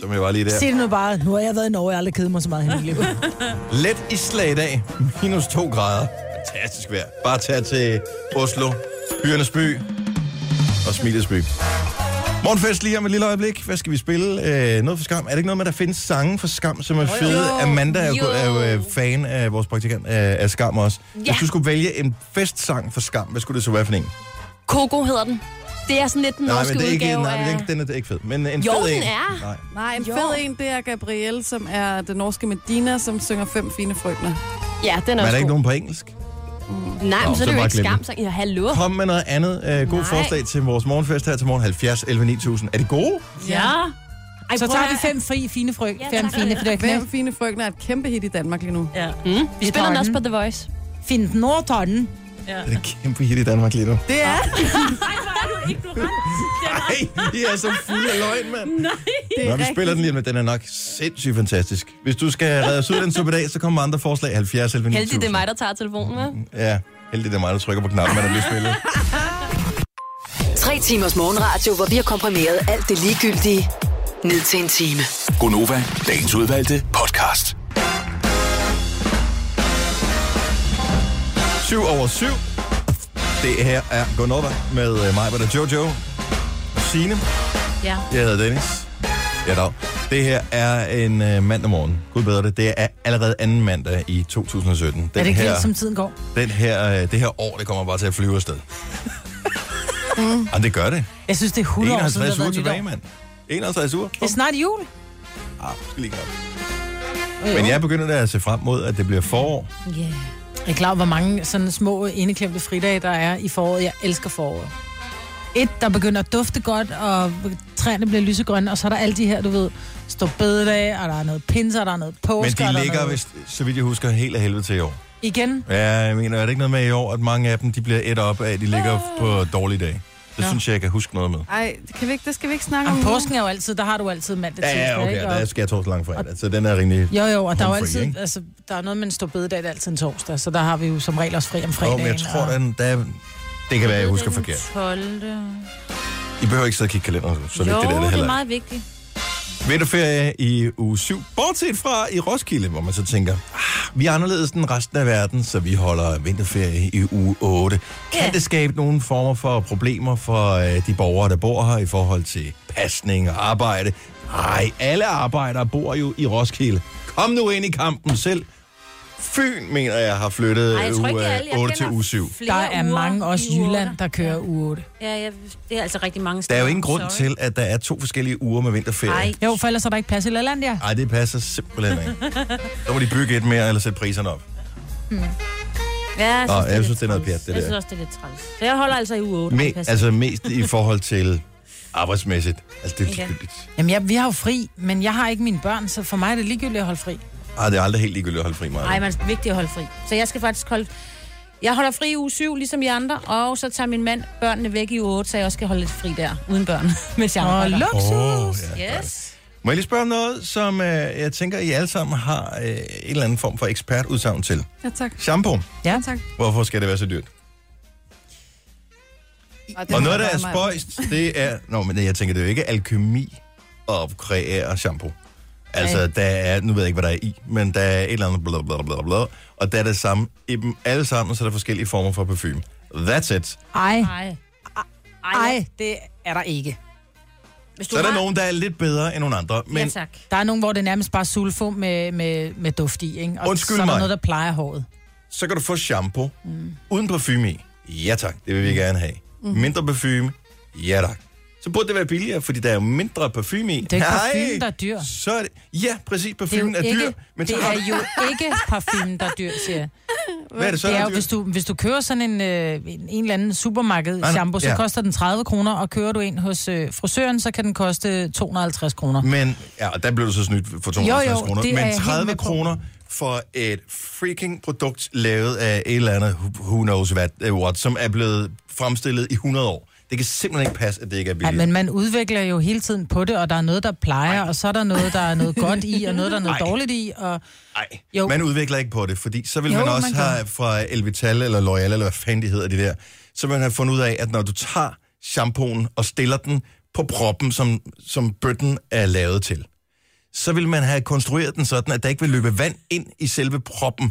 som jeg var lige der.
Se det nu bare. Nu har jeg været i Norge, jeg har aldrig kedet mig så meget i hele mit liv.
Let i slag i dag. Minus 2 grader. Fantastisk vejr. Bare tag til Oslo, byernes by og Smilets by. Morgenfest lige om et lille øjeblik. Hvad skal vi spille? Øh, noget for skam. Er det ikke noget med, at der findes sange for skam, som er fede? Amanda er jo, er jo øh, fan af vores praktikant øh, af skam også. Ja. Hvis du skulle vælge en festsang for skam, hvad skulle det så være for en?
Coco hedder den. Det er sådan lidt den
Nej,
norske
men det er ikke,
udgave
nej,
af...
den, den er det ikke fed. Men en
Jo,
fed
den
en.
er.
Nej.
Nej, en fed en, det er Gabrielle, som er den norske Medina, som synger Fem fine frøkner.
Ja, den er
Men er
også
der
god.
ikke
Mm.
nogen på engelsk?
Nej, men
Nå,
så er
så
det jo
bare
ikke
glem den.
skamsang. Ja, hallo.
Kom med noget andet øh, gode
Nej.
forslag til vores morgenfest her til morgen. 70 11 9000. Er det gode?
Ja. Ej,
Så
prøv
tager
at-
vi fem fri, fine frø.
Ja,
Fem
tak.
fine, for det er knægt.
Hvem fine frygten er et kæmpe hit i Danmark lige nu.
Ja.
Mm. Vi spiller den
tager
også
den.
på The Voice.
Find den ord, tager den.
ja.
Det er et kæmpe hit i Danmark lige nu.
Det er,
Ej, hvor er du ignorant. Det er
Ej, I er så fulde af løgn, mand.
det
Nå,
er
vi
rigtigt.
spiller den lige med. Den er nok sindssygt fantastisk. Hvis du skal redde os ud af den suppe i dag, så kommer andre forslag. 70 11 9000.
Heldigt, det er mig, der tager telefonen, hva'?
Ja, heldigt det er mig, der trykker på knappen, når der bliver spillet.
Tre timers morgenradio, hvor vi har komprimeret alt det ligegyldige ned til en time.
Gonova, dagens udvalgte podcast.
7 over 7. Det her er Gonova med øh, mig, der Jojo, Signe,
Ja.
jeg hedder Dennis. Ja, dog. Det her er en øh, mandag morgen. Gud bedre det. Det er allerede anden mandag i 2017. Den
Er det ikke
her,
vildt, som tiden går?
den her, øh, det her år, det kommer bare til at flyve afsted. Mm. Jamen, det gør det.
Jeg synes, det er 100 år siden,
51
der
uger
har været
tilbage,
nytår.
mand. 51 uger.
Det er snart jul.
Ah, vi skal lige gøre det. Men jeg begynder da at se frem mod, at det bliver forår.
Yeah.
Jeg er klar over, hvor mange sådan små indeklemte fridage, der er i foråret. Jeg elsker foråret. Et, der begynder at dufte godt, og træerne bliver lysegrønne, og så er der alle de her, du ved, står bededag, og der er noget pinser, og der er noget
Men
påske, og
de
der er
ligger,
noget...
vist, så vidt jeg husker, helt af helvede til i år.
Igen,
Ja, jeg mener, er det ikke noget med i år, at mange af dem, de bliver et op af, at de ligger
Ah.
på dårlige dage? Det ja. synes jeg, jeg kan huske noget med.
Ej, det, kan vi ikke, det skal vi ikke snakke om.
om
nu.
påsken er jo altid, der har du altid mandag
Ja, ja, okay,
ikke?
der
Og-
skal jeg torsdag langt fredag, så den er rimelig...
Jo, jo, og der er jo
Homefri,
altid,
ikke?
altså, der er noget med en stor bededag, det er altid en torsdag, så der har vi jo som regel også fri om
Jo,
fredagen.
men jeg tror,
og...
den, der, det kan være, jeg husker forkert.
12.
I behøver ikke sidde og kigge kalenderen, så
jo,
vigtigt er det
det
heller
er
ikke.
meget vigtigt.
Vinterferie i uge 7, bortset fra i Roskilde, hvor man så tænker, ah, vi er anderledes end resten af verden, så vi holder vinterferie i uge 8. Kan
Ja.
det skabe nogle former for problemer for øh, de borgere, der bor her i forhold til pasning og arbejde? Nej, alle arbejdere bor jo i Roskilde. Kom nu ind i kampen selv. Fyn, mener jeg, har flyttet
Ej, jeg tror
uge
ikke,
øh,
alle. Jeg
8 til
kender
uge 7.
flere
Der er
uger
mange også
i
i
uge
Jylland,
otte.
der kører u 8.
Ja, ja, det er altså rigtig mange
Der
steder.
er jo ingen grund
Sorry.
til, at der er to forskellige uger med vinterferie.
Ej,
Jo, for ellers er der ikke plads i Lalandia.
Nej, det passer simpelthen ikke. Så må de bygge et mere, eller sætte priserne op.
Hmm. ja, jeg
Nå,
synes,
jeg
lidt
synes, Altså, det Altså, er noget pjat,
træls.
det
Jeg
der.
synes også, det er lidt træls. Så jeg holder altså i uge 8.
Me, altså mest i forhold til arbejdsmæssigt. Altså, det er
Ja.
ligegyldigt.
Jamen, jeg, vi har jo fri, men jeg har ikke mine børn, så for mig er det ligegyldigt at holde fri.
Ej, Ah, det er aldrig helt ligegyldigt at holde fri meget.
Nej, man er vigtigt at holde fri. Så jeg skal faktisk holde... Jeg holder fri i uge 7, ligesom I andre, og så tager min mand børnene væk i uge 8, så jeg også skal holde lidt fri der, uden børn, mens jeg
Og
arbejder.
luksus!
Åh,
Oh,
ja.
Yes.
Må jeg lige spørge om noget, som øh, jeg tænker, I alle sammen har øh, en eller anden form for ekspertudsagn til?
Ja, tak.
Shampoo.
ja.
tak.
Hvorfor skal det være så dyrt?
det
Og
må
noget, der
være
er
mig.
spøjst, det er... Nå, men jeg tænker, det er jo ikke alkemi at kreere shampoo. Altså, der er, nu ved jeg ikke, hvad der er i, men der er et eller andet bla bla bla bla, og der er det samme i dem alle sammen, så er der forskellige former for parfume. That's it.
Ej,
Ej.
ej, det er der ikke.
Hvis du
Så er der
har-
nogen, der er lidt bedre end nogle andre, men
Ja, tak.
Der er nogen, hvor det er nærmest bare sulfo med, med, med duft i, ikke? Og
Undskyld
så er der
mig.
noget, der plejer håret.
så kan du få shampoo mm. uden parfume i. Ja tak, det vil vi gerne have. Mm.
Mm-hmm.
Mindre parfume, ja tak. Så burde det være billigere, fordi der er jo mindre parfume i.
Det er ikke parfumen, der er dyr.
Så er det, ja, præcis,
Det er,
parfumen
jo
er,
ikke,
dyr, men så
det
har
er
du-
jo ikke parfumen, der er dyr, siger jeg.
hvad er det så,
det
der
er
er
jo,
dyrt?
hvis du, hvis du kører sådan en, øh, en, en eller anden supermarked
nej,
shampoo, så
ja.
koster den 30 kroner, og kører du en hos øh, frisøren, så kan den koste 250 kroner.
Men, ja, og der blev du så snydt for 250
Jo, jo,
kroner.
det er jeg
Men
helt
30
med på.
kroner for et freaking produkt, lavet af et eller andet, who- who knows what, eh, what som er blevet fremstillet i 100 år. Det kan simpelthen ikke passe, at det ikke er
Ja,
billigt.
men man udvikler jo hele tiden på det, og der er noget, der plejer, og så er der noget, der er noget godt i, og noget, der er noget
Ej.
dårligt i, og
Nej,
Jo.
man udvikler ikke på det, fordi så vil
Jo,
man også
man
have fra Elvital eller L'Oreal, eller hvad fanden de hedder de der, så vil man have fundet ud af, at når du tager shampooen og stiller den på proppen, som, som bøtten er lavet til, så vil man have konstrueret den sådan, at der ikke vil løbe vand ind i selve proppen,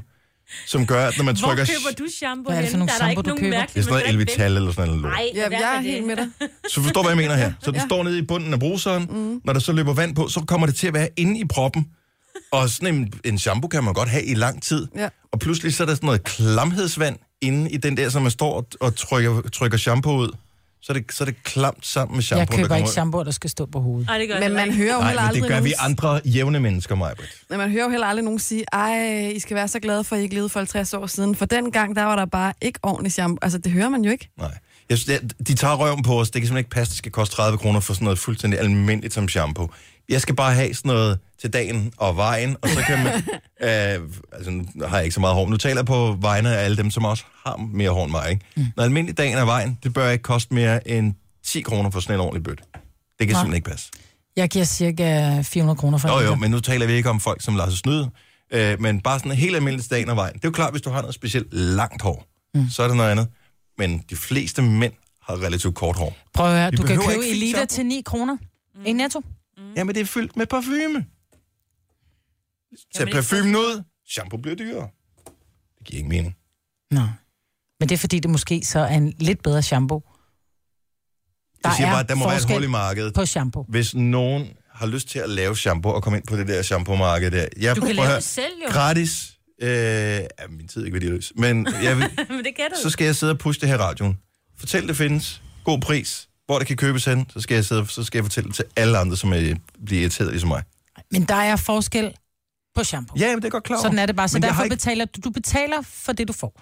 som gør, at når man
Hvor
trykker...
køber du shampoo
Hvad er det for nogle
henne? Der er der ikke
shampoo, du
nogen
køber?
Det er
mærkelige.
sådan noget Elvital eller sådan noget. lort.
Nej,
Ja, jeg er helt med dig.
Så du forstår, hvad jeg mener her. Så den ja. står nede i bunden af bruseren. Mm. Når der så løber vand på, så kommer det til at være inde i proppen. Og sådan en, en shampoo kan man godt have i lang tid.
Ja.
Og pludselig så er der sådan noget klamhedsvand inde i den der, som man står og, og trykker, trykker shampoo ud. så er det, så er det klamt sammen med
Jeg
shampoo,
køber ikke shampoo, der skal stå på hovedet.
Nej, det gør jeg
Men
heller
man
ikke.
hører jo
Nej,
heller
men
aldrig
det gør vi
nogen-
andre jævne mennesker, Majbrit.
Men man hører jo heller aldrig nogen sige, ej, I skal være så glade for, at I ikke levede for 50 år siden. For dengang, der var der bare ikke ordentlig shampoo. Altså, det hører man jo ikke.
Nej. Jeg synes, det, de tager røven på os. Det kan simpelthen ikke passe, det skal koste 30 kroner for sådan noget fuldstændig almindeligt som shampoo. Jeg skal bare have sådan noget til dagen og vejen, og så kan man... øh, altså, nu har jeg ikke så meget hår. Nu taler jeg på vegne af alle dem, som også har mere hår end mig, ikke? Mm. Når almindelig dagen og vejen, det bør ikke koste mere end 10 kroner for sådan en ordentlig bøtte. Det kan
Nej.
simpelthen ikke passe.
Jeg giver cirka 400 kroner for
Nå
en
jo,
liter.
men nu taler vi ikke om folk, som lader sig snyde, øh, men bare sådan en helt almindelig dagen og vejen. Det er jo klart, hvis du har noget specielt langt hår, mm. så er det noget andet. Men de fleste mænd har relativt kort hår.
Prøv at høre,
Vi
du kan
behøver
købe
ikke fint
Elita
shampoo.
til 9 kroner. Mm. En netto.
Mm. Jamen, det er fyldt med parfume. Tag parfumen ud, shampoo bliver dyrere. Det giver ikke mening.
Nå. Men det er fordi, det måske så er en lidt bedre shampoo. Der
Jeg siger
er
bare, at der må være et
forskel
hul i markedet.
på shampoo.
Hvis nogen har lyst til at lave shampoo og komme ind på det der shampoo-marked der. Jeg prøver
Du kan
at
lave
høre,
det selv, jo.
Gratis. Øh, ja, min tid er ikke værdiløs. Men Mm, jeg vil,
Men det kan du.
så skal jeg sidde og pushe det her i radioen. Fortæl, det findes. God pris. Hvor det kan købes hen. Så skal jeg, sidde, så skal jeg fortælle det til alle andre, som øh, bliver irriteret ligesom mig.
Men der er forskel på shampoo.
Ja, men det er jeg godt klar over.
Sådan er det bare. Så
Men jeg
derfor
har
ikke...
ikke-
betaler du, du betaler for det, du får.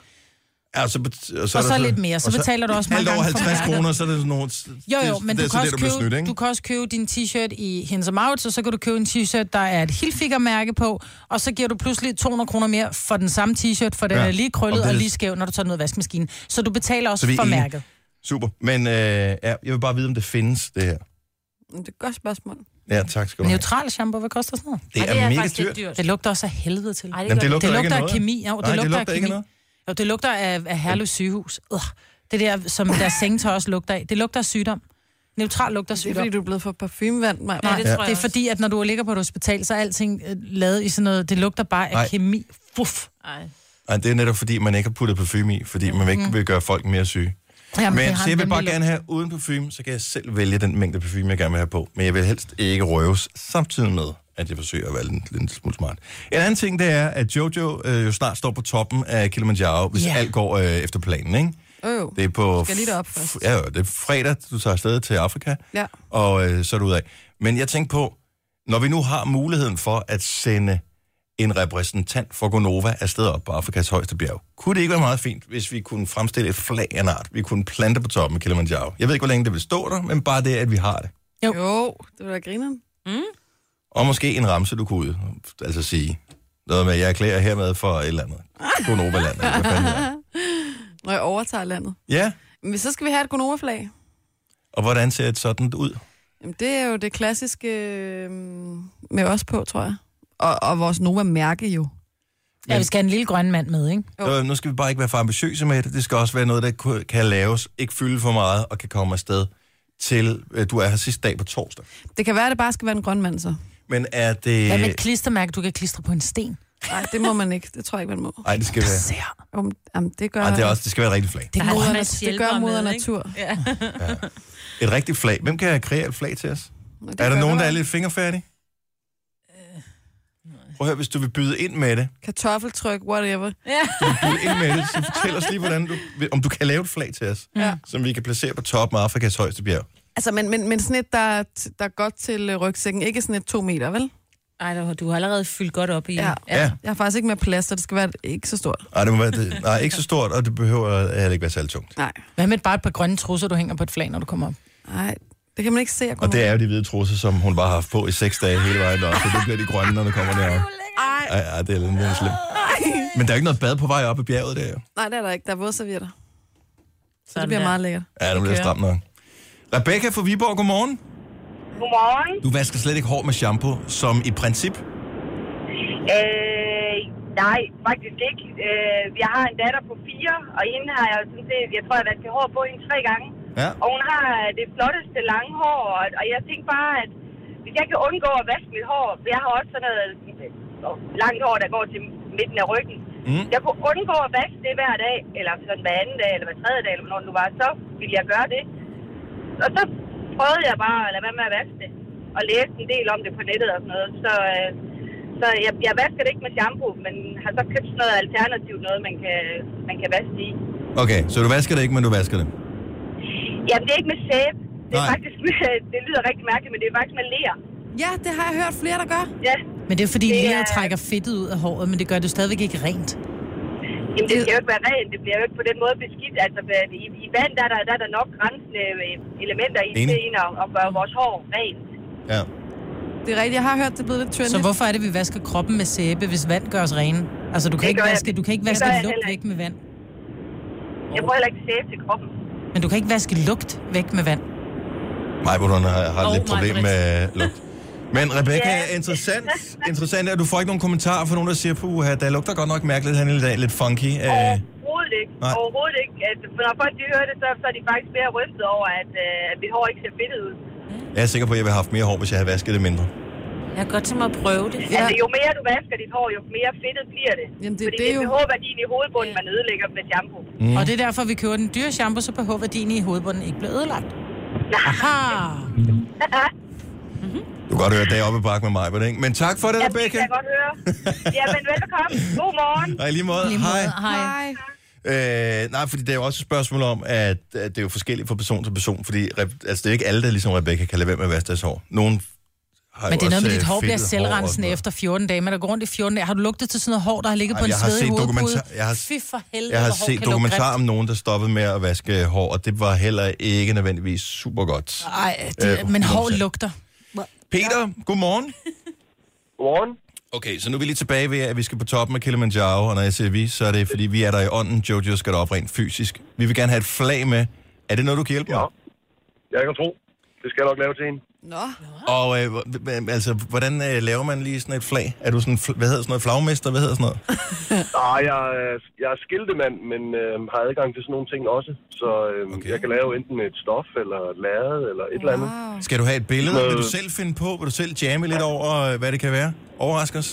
Ja, og så, Altså, bet- og så, er
Og
der
så lidt mere. Så betaler du også mange
Alt over
gange for
50
mærket.
kroner, så er det sådan nogle...
Jo, jo,
det,
men
det,
du,
er så det,
kan også
der bliver
købe,
snydt, ikke?
du kan også købe din t-shirt i Hens Maurits, og så kan du købe en t-shirt, der er et Hilfiger-mærke på, og så giver du pludselig 200 kroner mere for den samme t-shirt, for den
Ja,
er lige krøllet
og
og,
det-
lige skæv, når du tager den ud af vaskemaskinen. Så du betaler
Så
også
vi er
for
enige.
mærket.
Super. Men øh, ja, jeg vil bare vide, om det findes, det her.
Men Det er et godt spørgsmål.
Ja, tak skal du have.
Neutral shampoo, hvad koster sådan noget?
Det er, mega dyrt.
dyrt.
Det lugter også af helvede til.
Ej, det,
Jamen,
gør
det
det
lugter,
det
ikke
lugter
af
af
noget.
kemi. Jo, det
Nej,
lugter af
ikke
kemi.
noget.
Jo, det lugter af, af Herlev sygehus. Øh, det der, som deres sengetøj også lugter af. Det lugter af sygdom. Neutral lugter af
Det er
sygdom.
fordi, du er blevet for parfumevand, mig.
Nej, det tror
Det
jeg
er fordi, at når du ligger på et hospital, så er alting øh, lavet i sådan noget... Det lugter bare af
Nej.
kemi. Fuff.
Ej.
Nej, det er netop fordi, man ikke har puttet parfume i, fordi man
Mm.
ikke vil gøre folk mere syge.
Jamen, det
Men
har
så jeg vil
en
bare
nemlig
gerne have uden parfume, så kan jeg selv vælge den mængde parfume, jeg gerne vil have på. Men jeg vil helst ikke røves samtidig med, at jeg forsøger at være en lille smule smart. En anden ting, det er, at Jojo øh, jo snart står på toppen af Kilimanjaro, hvis
Ja.
yeah. alt går øh, efter planen, ikke?
Øh,
Det er på...
Skal lige derop først.
f- Ja, jo, det er fredag, du tager afsted til Afrika,
Ja.
og øh, så er du ud af. Men jeg tænkte på, når vi nu har muligheden for at sende en repræsentant for Gonova afsted op på Afrikas højeste bjerg. Kunne det ikke være meget fint, hvis vi kunne fremstille et flag af en art, vi kunne plante på toppen af Kilimanjaro? Jeg ved ikke, hvor længe det vil stå der, men bare det, at vi har det.
Jo, det var da grineren.
Mm.
Og måske en ramse, du kunne ud, altså sige noget med, jeg erklærer hermed for et eller andet. Gonova-land, eller hvad fanden det er.
Når jeg overtager landet.
Ja,
Men så skal vi have et gonova-flag.
og hvordan ser et sådan ud?
Jamen, det er jo det klassiske øh, med os på, tror jeg. Og, og vores Nova-mærke jo.
Ja, vi skal have en lille grøn mand med, ikke?
Jo.
Øh, nu skal vi bare ikke være for ambitiøse med det. Det skal også være noget, der ku- kan laves, ikke fylde for meget og kan komme afsted til, øh, du er her sidste dag på torsdag.
Det kan være, at det bare skal være en grøn mand, så.
Men er det...
Hvad med et klistermærke, du kan klistre på en sten?
Nej, det må man ikke. Det tror jeg ikke, man må.
Nej, det skal være...
Ser.
Om, jamen, det gør,
Ej, det, er også, det skal være et rigtigt flag.
Det er
Nej,
grøn.
han
moder,
er
det
hjælper
gør moder
med, ikke?
natur.
Ja.
Et rigtigt flag. Hvem kan kreere et flag til os?
Og
er
gør
der nogen, der
bare.
er lidt fingerfærdige? Prøv at høre, hvis du vil byde ind med det,
Kartoffeltryk, whatever.
byde ind med det så fortæl os lige, hvordan du, om du kan lave et flag til os,
Ja.
Mm.
som vi kan placere på toppen af Afrikas højeste bjerg.
Altså, men, men, men sådan et, der, er t- der er godt til øh, rygsækken. Ikke sådan et to meter, vel?
Ej, du- du har allerede fyldt godt op i...
Ja.
Ja.
Jeg har faktisk ikke mere plads, så det skal være et- ikke så stort.
Ej, det må være, det, nej, ikke så stort, og det behøver heller ikke være særlig tungt.
Nej.
Hvad med bare et par grønne trusser, du hænger på et flag, når du kommer op?
Nej, det kan man ikke se. at
Og
gå
det er jo de hvide trusser, som hun bare har haft på i seks dage hele vejen op, så det bliver de grønne, når du kommer deroppe. Ej, ej, det er lidt mere slemt. Men der er ikke noget bad på vej op ad bjerget der. jo.
Nej, det er der ikke. Der er vådservietter. Så
Sådan
det bliver
der.
meget lækkert.
Ja, det bliver stramt nok. Rebecca fra Viborg, godmorgen.
Godmorgen.
Du vasker slet ikke hår med shampoo, som i princip.
Øh, nej, faktisk ikke. Øh, jeg har en datter på fire, og hende har jeg sådan set, jeg tror, jeg har vasket hår på hende tre gange.
Ja.
Og hun har det flotteste lange hår, og, og jeg tænkte bare, at hvis jeg kan undgå at vaske mit hår, for jeg har også sådan noget øh, langt hår, der går til midten af ryggen.
Mm.
Mm. Jeg kunne undgå at vaske det hver dag, eller sådan hver anden dag, eller hver tredje dag, eller hvornår det nu var, så ville jeg gøre det. Og så prøvede jeg bare at lade være med at vaske det, og læste en del om det på nettet og sådan noget. Så, øh, så jeg, jeg vasker det ikke med shampoo, men har så købt sådan noget alternativt noget, man kan, man kan vaske i.
Okay, så du vasker det ikke, men du vasker det.
Jamen, det er ikke med sæbe. Det er
Nej.
faktisk med, det lyder rigtig mærkeligt, men det er faktisk med ler.
Ja, det har jeg hørt flere, der gør.
Ja,
Men det er fordi,
Det
det
er-
er... trækker fedtet ud af håret, men det gør det stadigvæk ikke rent.
Jamen, det skal jo ikke være rent. Det bliver jo ikke på den måde beskidt. Altså, hvad- i, i vand, der er der, der, er der nok grænsende øh, elementer i
Enig.
det ene at, at gøre vores hår rent.
Ja.
Det er rigtigt, jeg har hørt, det er blevet lidt trendy.
Så hvorfor er det, vi vasker kroppen med sæbe, hvis vand gør os rene? Altså, du kan,
Det
ikke
gør jeg-
vaske, du kan ikke
det
vaske
gør jeg
lugt
heller
væk
ikke.
med vand.
Jeg bruger heller ikke sæbe til kroppen.
Men du kan ikke vaske lugt væk med vand.
Mig, hvor hun har, har
Og
oh, lidt problem
Maj-Brit.
med lugt. Men Rebecca,
Ja.
interessant, interessant er, at du får ikke nogen kommentarer fra nogen, der siger, puha, der lugter godt nok mærkeligt han i dag, lidt funky. Øh,
Overhovedet ikke.
Nej.
Overhovedet ikke. Altså, for når folk de hører det, så, så er de faktisk mere rystet over, at, øh, at mit hår ikke ser fedtet ud.
jeg er sikker på, at jeg ville have haft mere hår, hvis jeg havde vasket det mindre.
Jeg kan godt tænke mig at prøve det.
Ja. Altså, jo mere du vasker dit hår, jo mere fedtet bliver det.
Jamen, det er
Fordi
det
det er
jo.
pH-værdien i hovedbunden, man ødelægger med shampoo.
Mm. Og det er derfor, vi køber den dyre shampoo, så behøver værdien i hovedbunden ikke bliver ødelagt. Aha!
Du kan godt høre, at det er oppe i bakken med mig, på det, ikke? Men tak for det,
Ja, det
Rebecca.
kan jeg godt høre. Jamen, velbekomme. God morgen.
Og i lige måde,
Lige måde.
hej.
Hej.
Øh, nej, fordi det er jo også et spørgsmål om, at, at det er jo forskelligt fra person til person, fordi rep- altså, det er jo ikke alle, der ligesom Rebecca kan lade være med at vaske deres hår. Nogen har jo
Men det er noget
også,
med, dit
øh,
hår bliver
fedtet og sådan
selvrensende
noget.
efter 14 dage. Man er rundt i 14 dage. Har du lugtet til sådan noget hår, der har ligget
Ej,
på en
jeg har
svedig
set
hovedpude?
dokumentar- jeg har-
Fy for helvede,
Jeg har
hvor hår
set
kan lugte
dokumentar om
grimt.
nogen, der stoppede med at vaske øh, hår, og det var heller ikke nødvendigvis super godt.
Ej, det,
Øh,
men hår
100%.
lugter.
Peter, ja. godmorgen.
Godmorgen.
Okay, så nu er vi lige tilbage ved, at vi skal på toppen af Kilimanjaro, og når jeg siger vi, så er det, fordi vi er der i ånden. Jojo skal derop rent fysisk. Vi vil gerne have et flag med. Er det noget, du kan hjælpe mig?
Ja. Jeg kan tro. Det skal jeg nok lave til en.
Nå,
Og øh, h- h- altså, hvordan øh, laver man lige sådan et flag? Er du sådan, fl- hvad hedder sådan noget, flagmester, hvad hedder sådan noget?
Nej, jeg, er- jeg er skiltemand, men øh, har adgang til sådan nogle ting også. Så øh,
Okay.
okay. jeg kan lave enten et stof, eller et lade, eller et eller andet.
wow.
Skal du have et billede? Vil du
Noget-
selv finde på? Vil du selv jamme lidt over, øh, hvad det kan være? Overrask os.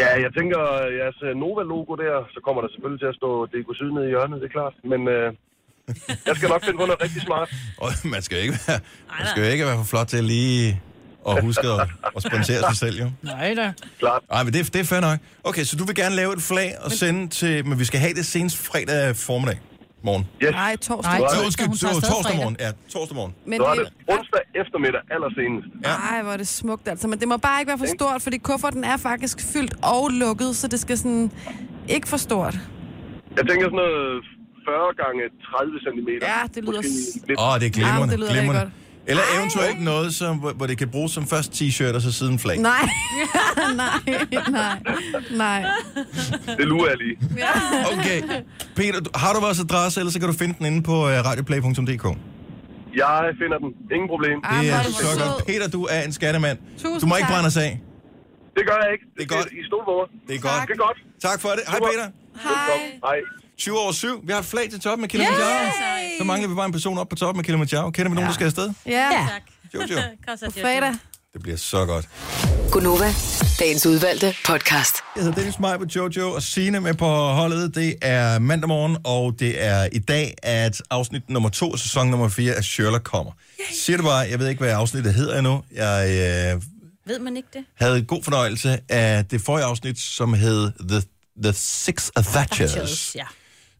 Ja, jeg tænker, øh, jeres øh, Nova-logo der, så kommer der selvfølgelig til at stå DK Syd nede i hjørnet, det er klart. Men øh, jeg skal nok finde på noget rigtig smart.
Og man skal jo ikke være, man skal jo ikke være for flot til lige at huske at, at sponsere sig selv, jo.
Nej da.
Klart.
Ej, men det, det er fair nok. Okay, så du vil gerne lave et flag og sende til... Men vi skal have det senest fredag formiddag. Morgen.
Yes.
nej, torsdag.
Nej,
Så
Nej,
torsdag,
undskyld,
hun tager
to-
afsted
torsdag
fredag.
morgen. Ja, torsdag morgen.
men
Så er
det,
det onsdag eftermiddag allersenest.
Ja.
ej, hvor er det smukt, altså. Men det må bare ikke være for stort, fordi kufferten er faktisk fyldt og lukket, så det skal sådan ikke for stort.
Jeg tænker sådan noget 40 gange 30 cm.
Ja, det lyder s-
lidt.
Åh, oh, det er glimrende.
Jamen, det lyder rigtig
glimrende.
godt.
Eller eventuelt noget, som, hvor hvor det kan bruges som først t-shirt og så siden flag.
Nej, nej, nej, nej.
Det lurer jeg lige.
Okay. Peter, du- har du vores adresse, eller så kan du finde den inde på øh, radioplay.dk.
Jeg finder den. Ingen problem.
Det
Ej, hvor
Ah, er
er du
så
sød.
godt. Peter, du er en skattemand.
Tusind
Du må ikke
tak.
brænde os af.
Det gør jeg ikke.
Det er godt.
I stol på mig.
Det er
Det
godt.
er godt.
Tak for det. Hej
Super.
Peter.
Hej.
Hej.
20 over 7. Vi har et flag til toppen af Kilimanjaro.
Yay!
Så mangler vi bare en person op på toppen af Kilimanjaro. Kender vi nogen, der skal afsted?
Ja,
Tak.
Jo, jo.
Koster
på fredag.
Det bliver så godt.
Gunova, dagens udvalgte podcast.
Jeg hedder Dennis Maj på Jojo og Sine med på holdet. Det er mandag morgen, og det er i dag, at afsnit nummer to, sæson nummer 4 af Sherlock kommer. Siger du bare, jeg ved ikke, hvad afsnittet hedder endnu. Jeg øh,
Ved man ikke det?
havde god fornøjelse af det forrige afsnit, som hed The, The Six of Thatchers.
Ja.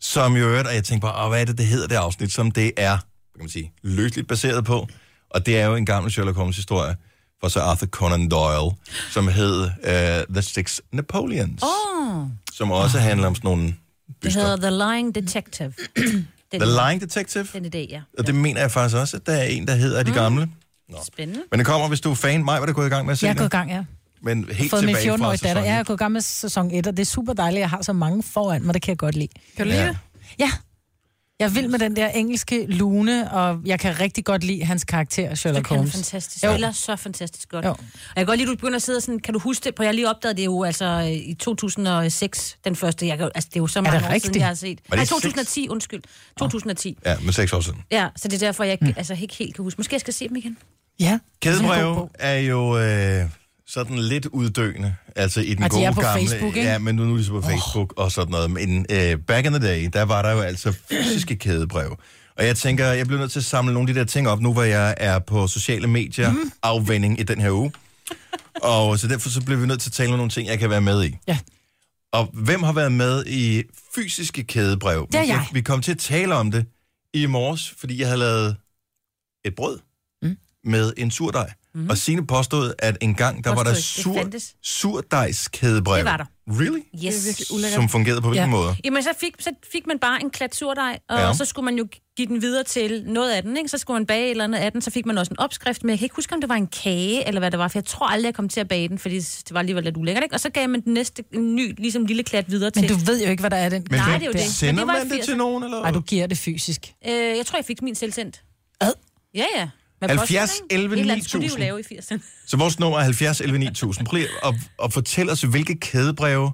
Som jo hørte, og jeg tænkte bare, "Åh, hvad er det, det hedder det afsnit, som det er, hvad kan man sige, løsligt baseret på. Og det er jo en gammel Sherlock Holmes historie fra så Arthur Conan Doyle, som hed uh, The Six Napoleons.
Oh,
Som også
Ah.
handler om sådan nogle
det
dyster.
hedder The Lying Detective. den,
The Lying Detective.
Den idé, ja.
Og det mener jeg faktisk også, at der er en, der hedder
Mm.
af de gamle.
Spændende.
Men det kommer, hvis du er fan. Mig var det gået i gang med at se
Jeg er gået i
det.
gang, ja.
Men helt
Fået min
tilbage
14-årige
fra
datter. Ja,
sæson
jeg er
et.
gået i gang med sæson 1, og det er super dejligt, jeg har så mange foran mig. Det kan jeg godt lide.
Kan du lide
Ja.
det?
Ja. Jeg vil med den der engelske lune, og jeg kan rigtig godt lide hans karakter,
Det
Sherlock
kan
Holmes.
fantastisk. Jo. Eller så fantastisk godt.
Jo.
Jo. Og jeg kan godt lide, at du begynder at sidde sådan, kan du huske det? For jeg har lige opdagede det jo altså i 2006, den første. Jeg kan, jo- altså, det er jo så mange år
rigtigt?
siden, jeg har set.
det
Nej,
seks?
2010, undskyld. 2010.
Ja, med seks år siden.
Ja, så det er derfor, jeg mm. altså, ikke helt kan huske. Måske jeg skal se dem igen.
Ja. Ligesom
Kædebreve er jo øh, sådan lidt uddøende. Altså i den
Og de
gode
er på
gamle...
Facebook, ikke?
Ja, men nu, nu er de så på Facebook og sådan noget. Men øh, back in the day, der var der jo altså fysiske kædebreve. Og jeg tænker, jeg bliver nødt til at samle nogle af de der ting op, nu hvor jeg er på sociale medier
Mhm.
mm. afvending i den her uge. Og så derfor så bliver vi nødt til at tale om nogle ting, jeg kan være med i.
Ja.
Og hvem har været med i fysiske kædebrev?
Det er
Vi-
jeg.
Vi kom til at tale om det i morges, fordi jeg havde lavet et brød mm. med en surdej.
Mm-hmm.
Mm. Og Signe påstod, at engang der var der
Påstod ikke,
sur,
det fandtes.
surdejskædebrev.
Det var der.
Really?
Yes. Det er virkelig ulækkert.
Som fungerede på hvilken
ja.
måde?
Jamen, så fik, så fik man bare en klat surdej, og
Ja.
ja. så skulle man jo give den videre til noget af den, ikke? Så skulle man bage et eller andet af den, så fik man også en opskrift, men jeg kan ikke huske, om det var en kage, eller hvad det var, for jeg tror aldrig, jeg kom til at bage den, fordi det var alligevel lidt ulækkert, ikke? Og så gav man den næste en ny, ligesom lille klat videre til.
Men du ved jo ikke, hvad der er i den.
Men
klat
Nej, det er jo
der.
det. Men Sender det var i man det til 80'erne. nogen, eller?
Nej, du giver det fysisk.
Øh, jeg tror, jeg fik min selv sendt.
Ad?
Ja, ja.
70, 11,
Et eller andet skulle de jo
9000.
lave i 80'erne.
Så vores nummer er 70 11 9000. Prøv lige at, at fortælle os, hvilke kædebreve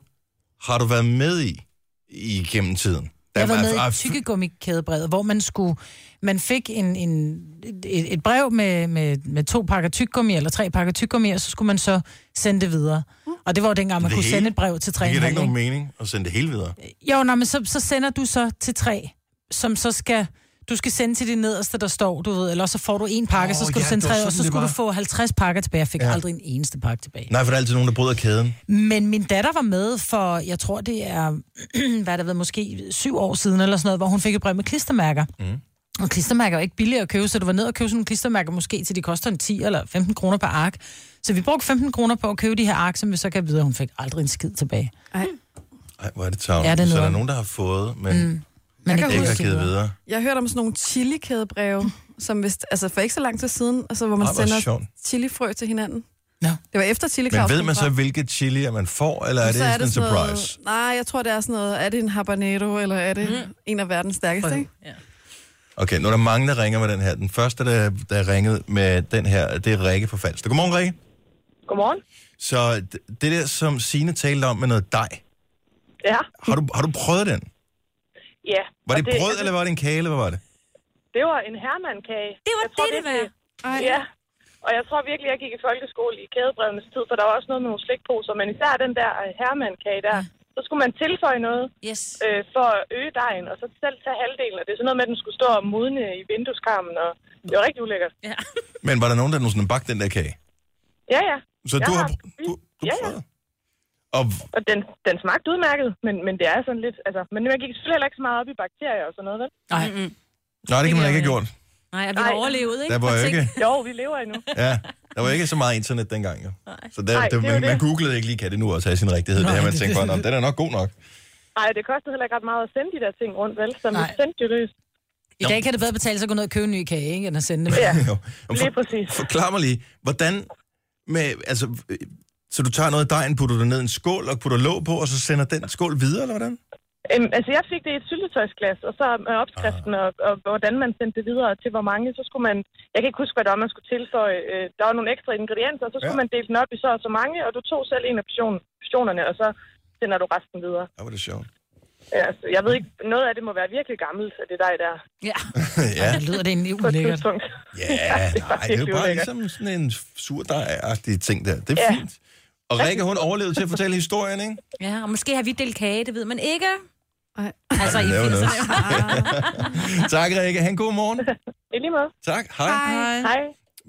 har du været med i igennem tiden?
Jeg var
er-
med
er-
i tykkegummikædebrevet, hvor man skulle... Man fik en, en, et, et brev med, med, med to pakker tyggegummi, eller tre pakker tyggegummi, og så skulle man så sende det videre.
Uh.
Og det var jo dengang, man
Det
kunne
hele-
sende et brev til tre.
Det giver
en
da
halv,
ikke nogen
ikke? Øh.
mening at sende det hele videre.
Jo, nej, men så, så sender du så til tre, som så skal... Du skal sende til de nederste, der står, du ved, eller så får du en pakke, oh,
Åh,
så skal
ja,
ja, du sende
det var
tre, og
sådan,
så
det
skulle du
var.
få 50 pakker tilbage. Jeg fik
Ja.
ja. aldrig en eneste pakke tilbage.
Nej, for der er altid nogen, der bryder kæden.
Men min datter var med for, jeg tror det er, hvad har det været, måske syv år siden eller sådan noget, hvor hun fik et brev med klistermærker.
Mm.
Og klistermærker er jo ikke billigere at købe, så du var ned og købe sådan nogle klistermærker måske til de koster en 10 eller 15 kroner per ark. Så vi brugte 15 kroner på at købe de her ark, som vi så kan videre. Hun fik aldrig en skid tilbage.
Ej, hvor er det tavligt.
Ja, det er
så der er
noget.
nogen, der har fået, men
Mm.
man
Jeg kan
ikke har
huske-
givet videre.
Jeg hørte om sådan nogle chili-kædebreve, som vist, altså for ikke så lang tid siden, altså, hvor man
Ej, hvor
sender
sjovt.
chilifrø til hinanden.
Ja.
Det var efter chili
Men ved man så, hvilke chili man får, eller er det, sådan en surprise?
Noget, nej, jeg tror, det er sådan noget, er det en habanero, eller er det mm. en af verdens stærkeste, ikke?
Okay, nu er der mange, der ringer med den her. Den første, der, der ringede med den her, det er Rikke på Falster. Godmorgen, Rikke.
Godmorgen.
Så d- det der, som Sine talte om med noget dej,
Ja.
har du, har du prøvet den?
ja.
Var
Og altså-
det, brød, eller var det en kage, eller hvad var det?
Det var en hermandkage. Det var jeg det, det var.
Ej.
Ja. Og jeg tror virkelig, jeg gik i folkeskole i kædebredens tid, for der var også noget med nogle slikposer, men især den der øh, hermandkage der, så skulle man tilføje noget
yes.
øh, for at øge dejen, og så selv tage halvdelen, og det er sådan noget med, at den skulle stå og modne i vindueskarmen, og det var rigtig ulækkert.
Ja,
Men var der nogen, der nogensinde bagte den der kage?
ja. ja.
Så du har-
Du, du ja, ja.
Og
Og den, den smagte udmærket, men, men det er sådan lidt... Altså, men man gik selvfølgelig heller ikke så meget op i bakterier og sådan noget, vel?
Nej.
Nej, det kan man ikke have gjort.
Nej, og vi har overlevet, ikke?
Der var
Og
jo
tænk-
ikke-
Jo, vi lever endnu.
Ja, der var ikke så meget internet dengang, jo. Så der,
Nej,
Nej, det,
det er jo
man,
det.
man googlede ikke lige, kan det nu også have sin rigtighed, Nej, det her, man tænkte, det, det. den er nok god nok.
Nej, det kostede heller ikke ret meget at sende de der ting rundt, vel? Så vi
Nej.
sendte jo løs.
I dag kan det bedre betale sig at gå ned og købe en ny kage, ikke, end at sende det.
Ja.
Og
Lige præcis.
Forklar mig lige, hvordan med, altså, øh, så du tager noget af dejen, putter det ned i en skål og putter låg på, og så sender den skål videre, eller hvordan?
Øhm, altså, jeg fik det i et syltetøjsglas, og så med opskriften,
Ah.
og, og, hvordan man sendte det videre og til hvor mange, så skulle man... Jeg kan ikke huske, hvad det var, man skulle tilføje. Øh, der var nogle ekstra ingredienser, og så skulle
Ja.
ja. man dele den op i så og så mange, og du tog selv en af portion- portionerne, og så sender du resten videre.
Ja, var det sjovt.
Ja, altså, jeg ved ikke, noget af det må være virkelig gammelt, at det er dig der.
Ja.
ja.
Det lyder det egentlig
På et
ulækkert.
tidspunkt.
Ja,
det var
nej, det er jo
virkelig
bare
ulækkert.
ligesom sådan en surdej-agtig ting der. Det er
Ja.
fint. Og Rikke, hun overlevede til at fortælle historien, ikke?
Ja, og måske har vi delt kage, det ved man ikke.
Ej.
Altså, i
Det er jo
80'erne.
tak, Rikke. Han god morgen.
I lige måde.
Tak. Hej. Hej.
Hej.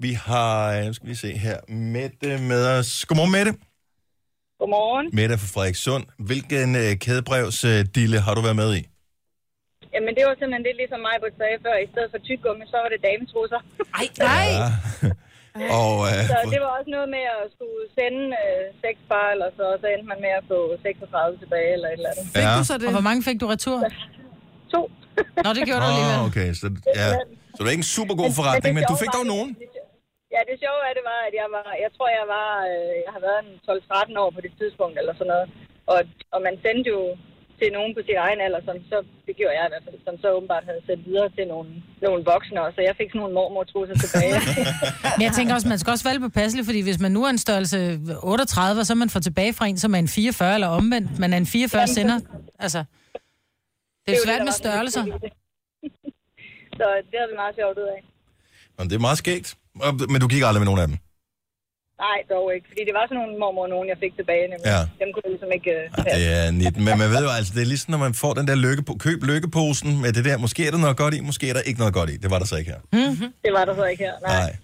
Vi har, øh, nu skal vi se her, Mette med os. Godmorgen, Mette.
Godmorgen.
Mette fra Frederikssund. Hvilken øh, kædebrevsdille har du været med i?
Jamen, det var simpelthen lidt ligesom mig, Britt sagde før. I stedet for tyggegummi, så var det dametrusser. Ej, nej!
Ja. Og, øh,
Så det var også noget med at skulle sende øh, seks par, eller så, så endte man med at få 36 tilbage, eller et eller andet.
Ja.
Du så det. Og hvor mange fik du retur?
To.
Nå, det gjorde du alligevel.
Åh, Ah, okay, så, ja. så det er ikke en super god forretning, men du fik dog nogen.
Ja, det sjove af det var, at jeg var, jeg tror, jeg var, øh, jeg har været en 12-13 år på det tidspunkt, eller sådan noget. Og, og man sendte jo til nogen på sin egen alder, som så, det gjorde jeg i hvert fald, som så åbenbart havde sendt videre til nogle, nogle voksne, og så jeg fik sådan nogle mormortrusser tilbage.
Men jeg tænker også, man skal også valge på passelig, fordi hvis man nu er en størrelse 38, og så man får tilbage fra en, som er en 44 eller omvendt, man er en 44 sender. Altså, det er
jo
jo svært
der var
med
sådan lidt
størrelser.
fedt i det. så det havde vi meget sjovt ud af.
Og det er meget skægt, Og- men du gik aldrig med nogen af dem.
Nej, dog ikke, fordi det var sådan nogle mormor nogen, jeg fik tilbage, nemlig.
Ja.
Dem kunne jeg ligesom ikke... Øh,
Det er 19, men man ved jo altså, det er ligesom, når man får den der lykke på, køb lykkeposen med det der, måske er der noget godt i, måske er der ikke noget godt i. Det var der så ikke her.
Mhm.
mm-hmm. Det var der så ikke her, nej.
Nej.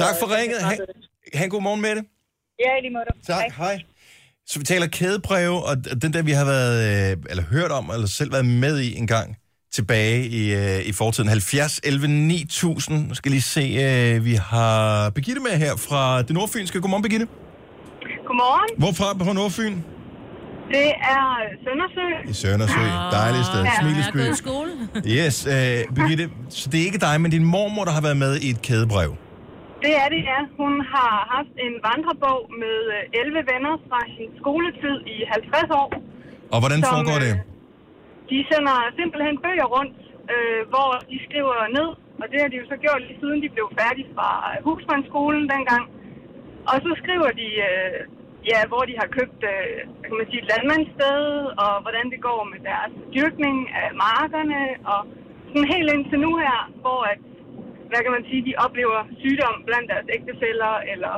Tak for ringet. Ha, ha en god morgen med det.
Ja, i lige måde.
Tak, hej. Så vi taler kædebreve, og d- den der, vi har været, øh, eller hørt om, eller selv været med i en gang, tilbage i, øh, i fortiden. 70, 11, 9000. Nu skal jeg lige se, øh, vi har Birgitte med her fra det nordfynske. Godmorgen, Birgitte.
Godmorgen.
Hvorfra på Nordfyn?
Det er Søndersø.
I Søndersø. Dejligt sted.
Ah. Ja,
Smilesby.
jeg har gået i skole.
Yes, øh, Birgitte, så det er ikke dig, men din mormor, der har været med i et kædebrev.
Det er det, ja. Hun har haft en vandrebog med øh, 11 venner fra hendes skoletid i 50 år.
Og hvordan
Som,
foregår
øh,
det?
De sender simpelthen bøger rundt, øh, hvor de skriver ned, og det har de jo så gjort lige siden de blev færdige fra husmandsskolen dengang. Og så skriver de, øh, ja, hvor de har købt øh, hvad kan man sige, et landmandssted, og hvordan det går med deres dyrkning af markerne, og sådan helt indtil nu her, hvor at, hvad kan man sige, de oplever sygdom blandt deres ægtefæller, eller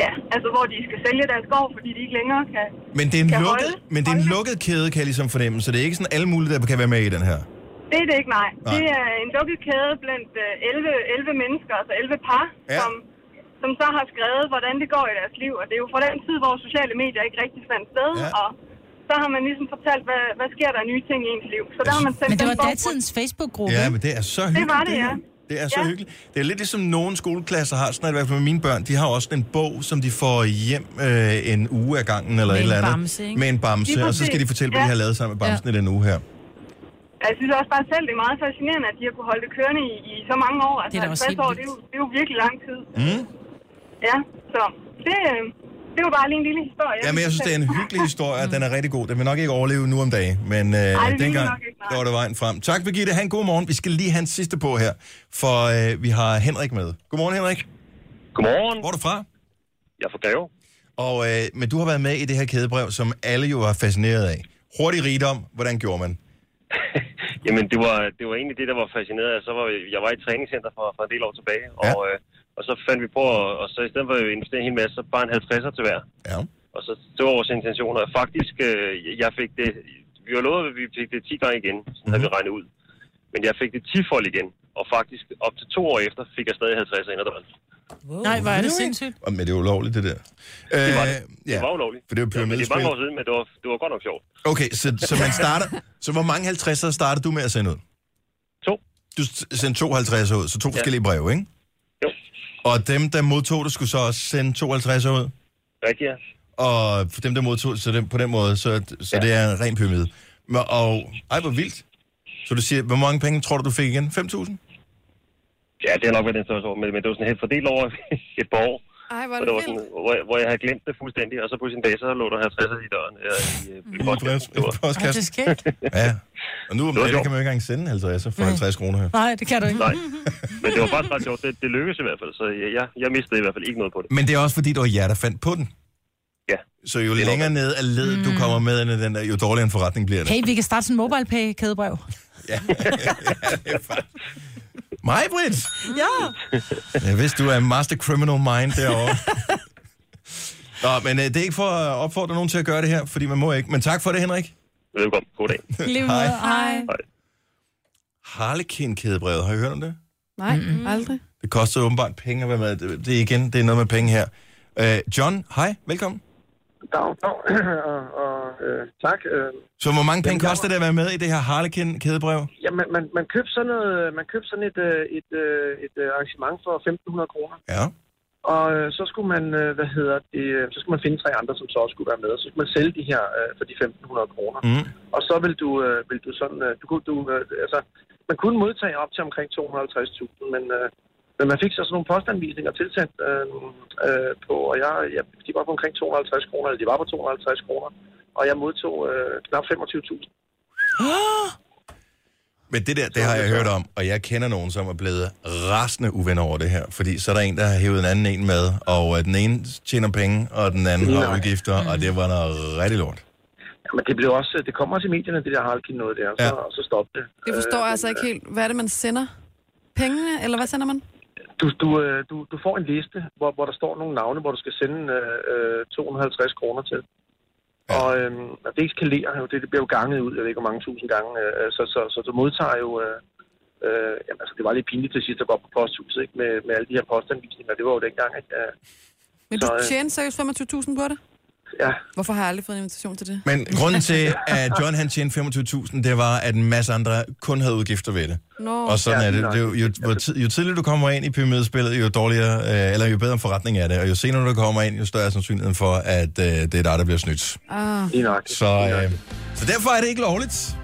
ja, altså hvor de skal sælge deres gård, fordi de ikke længere kan
Men det er en,
kan
lukket, men det er en lukket kæde, kan jeg ligesom fornemme, så det er ikke sådan alle mulige, der kan være med i den her.
Det er det ikke, nej.
Nej.
nej. Det er en lukket kæde blandt øh, 11, 11 mennesker, altså 11 par,
Ja.
ja. som, som så har skrevet, hvordan det går i deres liv. Og det er jo fra den tid, hvor sociale medier ikke rigtig fandt sted, ja. og så har man ligesom fortalt, hvad, hvad sker der af nye ting i ens liv.
Altså,
Så der har man sendt
Men det
den
var
form-
datidens Facebook-gruppe.
Ja, men det er så hyggeligt.
var det,
her.
ja.
Det er så
Ja.
hyggeligt. Det er lidt ligesom nogle skoleklasser har, sådan er det i hvert fald med mine børn, de har også en bog, som de får hjem øh, en uge af gangen eller
Med
et
en
eller andet.
bamse, ikke?
Med en
Lige
bamse, og så skal de
præcis.
fortælle, hvad de
Ja.
har lavet sammen med bamsen ja. i den uge her.
Jeg synes også bare selv, det er meget fascinerende, at de har kunne holde det kørende i, i så mange år. Altså
Det er da også
50
helt
år, det er, jo, det er jo virkelig lang tid.
Mm?
Ja, så det, øh, det var bare lige en lille historie.
Ja, men jeg synes, det er en hyggelig historie, og den er rigtig god. Den vil nok ikke overleve nu om dagen, men øh,
det vil den
dengang,
nok ikke, nej.
der var det vejen frem. Tak, Birgitte. Han god morgen. Vi skal lige have en sidste på her, for øh, vi har Henrik med. Godmorgen, Henrik.
Godmorgen.
Hvor er du fra?
Jeg er fra Greve.
Og, øh, men du har været med i det her kædebrev, som alle jo er fascineret af. Hurtig rigdom, hvordan gjorde man?
Jamen, det var, det var egentlig det, der var fascineret. af. Så var, vi- jeg var i et træningscenter for, for en del år tilbage, og, øh, og så fandt vi på, og, og så i stedet for at investere en hel masse, så bare en 50'er til hver.
Ja.
Og så det var vores intentioner. Faktisk, øh, jeg fik det, vi var lovet, at vi fik det 10 gange igen, sådan mm-hmm.
Mhm.
havde vi regnet ud. Men jeg fik det 10 fold igen, og faktisk op til to år efter fik jeg stadig 50'er ind ad døren.
Wow. Nej, hvor er det sindssygt.
Og, men det er ulovligt, det der.
Det var
Øh,
det. Ja. Det var ulovligt.
For det var
men det er mange
pyramidespil.
år siden, men det var, det var godt nok sjovt.
Okay, så, så man starter... så hvor mange 50'er startede du med at sende ud?
To.
Du s- sendte to 50'er ud, så to ja. forskellige brev, ikke?
Jo.
Og dem, der modtog det, skulle så også sende to 50'er ud?
Rigtig, ja.
Og for dem, der modtog så det, på den måde, så, så ja. det er en ren pyramide. Men- Og, ej, hvor vildt. Så du siger, hvor mange penge tror du, du fik igen? 5.000?
Ja, det har nok været den største år, men, men det var sådan helt fordelt over et par år.
Ej, hvor
Så
er det
det var
vildt.
sådan, hvor, jeg, hvor jeg havde glemt det fuldstændig, og så på sin dag, så lå der 50 i døren. Øh, i, øh, i postkassen. Det var-
Ja. Og nu
Det var
om dagen
sjovt.
kan man jo ikke engang sende 50 for 50 kroner her.
Mm. Nej, det kan du ikke.
Nej. Men det var faktisk ret sjovt. Det, det lykkedes i hvert fald, så jeg, jeg, jeg mistede i hvert fald ikke noget på det.
Men det er også fordi, det var jer, der fandt på den.
Ja.
Så jo længere ned ad ledet du kommer med, end den der, jo dårligere en forretning bliver det.
Mm. Hey, vi kan starte sådan en mobile pay kædebrev.
Mig, Britt!
Ja.
Jeg vidste, du er en master criminal mind derovre. Nå, men øh, det er ikke for at opfordre nogen til at gøre det her, fordi man må ikke. Men tak for det, Henrik.
Velkommen. God dag.
Lige
Hej.
måde. Hej.
Harlekin-kædebrevet, har I hørt om det?
Nej, mm-hmm. aldrig.
Det koster åbenbart penge at være med. Det- Det er igen, det er noget med penge her. Øh, John, hej, velkommen.
Dag, dag. og, og øh, tak. Øh,
Så hvor mange penge
Jamen, jeg-
koster det at være med i det her Harlekin-kædebrev?
ja, man, man, man købte sådan, noget, man købte sådan et, øh, et, øh, et øh, arrangement for 1.500 kroner.
Ja.
Og øh, så skulle man, øh, hvad hedder det, øh, så skulle man finde tre andre, som så også skulle være med. Og så skulle man sælge de her øh, for de 1.500 kroner.
Mm.
Og så vil du, øh, vil du sådan, øh, du, kunne- du, øh, altså, man kunne modtage op til omkring 250.000, men, øh, men man fik så sådan nogle postanvisninger tilsendt øh, øh, på, og jeg, jeg, de var på omkring 250 kroner, eller de var på 250 kroner, og jeg modtog øh, knap 25.000.
Men det der, det har jeg hørt om, og jeg kender nogen, som er blevet rasende uvenner over det her. Fordi så er der en, der har hævet en anden en med, og øh, den ene tjener penge, og den anden har
Nej.
udgifter, og det var noget rigtig lort.
Jamen, det blev også, det kommer også i medierne, det der Harlekin noget der, ja. så, og så stoppede det.
Det forstår
Øh,
jeg altså
men,
ikke helt. Hvad er det, man sender? Pengene, eller hvad sender man?
Du, du, øh, du, du får en liste, hvor, hvor der står nogle navne, hvor du skal sende øh, øh, 250 kroner til. Ja. Og, øh, og det eskalerer jo, det, det bliver jo ganget ud, jeg ved ikke hvor mange tusind gange, øh, så, så, så du modtager jo... Øh, øh, jamen, altså, det var lidt pinligt til sidst at gå op på posthuset ikke? Med, med alle de her postanvisninger, det var jo dengang, ikke? Øh,
Men
så,
du
øh,
tjener seriøst 25.000 på det?
Ja.
Hvorfor har jeg aldrig fået en invitation til det?
Men grunden til, at John han tjente 25.000, det var, at en masse andre kun havde udgifter ved det.
Nå.
Og sådan
Ja,
er det.
nej.
det er jo, jo, hvor tid, jo tidligere du kommer ind i pyramidespillet, jo dårligere, øh, eller jo bedre forretning er det. Og jo senere du kommer ind, jo større er sandsynligheden for, at øh, det er dig, der bliver snydt.
Ah.
Så, øh, så derfor er det ikke lovligt.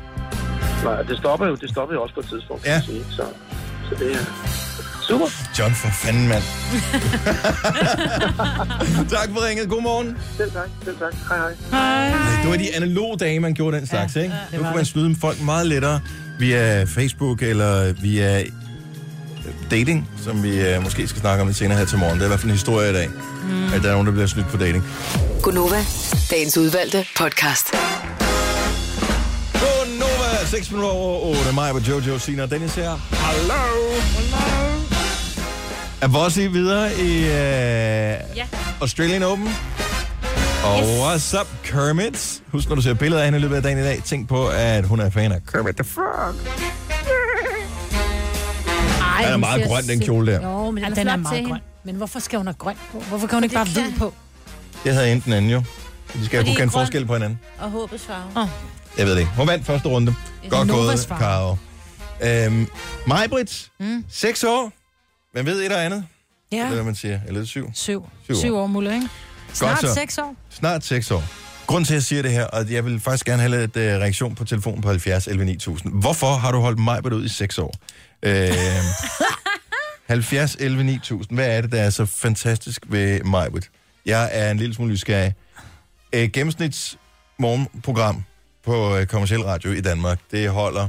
Nej, det stopper jo, det stopper jo også på et tidspunkt, kan
Ja.
man sige. Så, så det er super.
John, for fanden, mand. tak for ringet. Godmorgen.
Selv tak, selv tak. Hej, hej.
Det var de analoge dage, man gjorde den slags, ja, ikke? Ja, nu kunne man snyde folk meget lettere via Facebook eller via øh, dating, som vi øh, måske skal snakke om lidt senere her til morgen. Det er i hvert fald en historie i dag, mm. at der er nogen, der bliver snydt på dating.
Gunova, dagens udvalgte podcast.
Nova, 6 minutter over 8. Mig på Jojo, Sina og Dennis her. Hallo! Hallo! Er vores i videre i øh,
Ja.
Australian Open? Og yes. what's up, Kermit? Husk, når du ser billeder af hende i løbet af dagen i dag, tænk på, at hun er fan af Kermit the Frog.
Ej,
Den er meget grøn, den kjole der.
Jo, men den,
er
den er
flot til
meget
hende.
grøn. Men hvorfor skal hun have grøn på? Hvorfor kan hun ikke bare have hvid på?
Det havde enten anden jo. De skal
Fordi
kunne kende
grøn-
forskel på hinanden.
Og håbets farve. Oh.
Jeg ved det ikke. Hun vandt første runde. Godt
Novas
gået,
far.
Karo. Øhm, Majbrit, 6 år. Man ved et og andet.
Ja.
Det er, hvad man siger. Eller er det syv.
Syv.
Syv år.
Syv år, Mulle, ikke? Snart
så.
seks år.
Snart 6 år. Grunden til, at jeg siger det her, og jeg vil faktisk gerne have lidt uh, reaktion på telefonen på 70 11 9000. Hvorfor har du holdt mig ud i 6 år? Øh, 70 11 9000. Hvad er det, der er så fantastisk ved mig? Jeg er en lille smule nysgerrig. Øh, gennemsnits morgenprogram på øh, kommersiel radio i Danmark, det holder,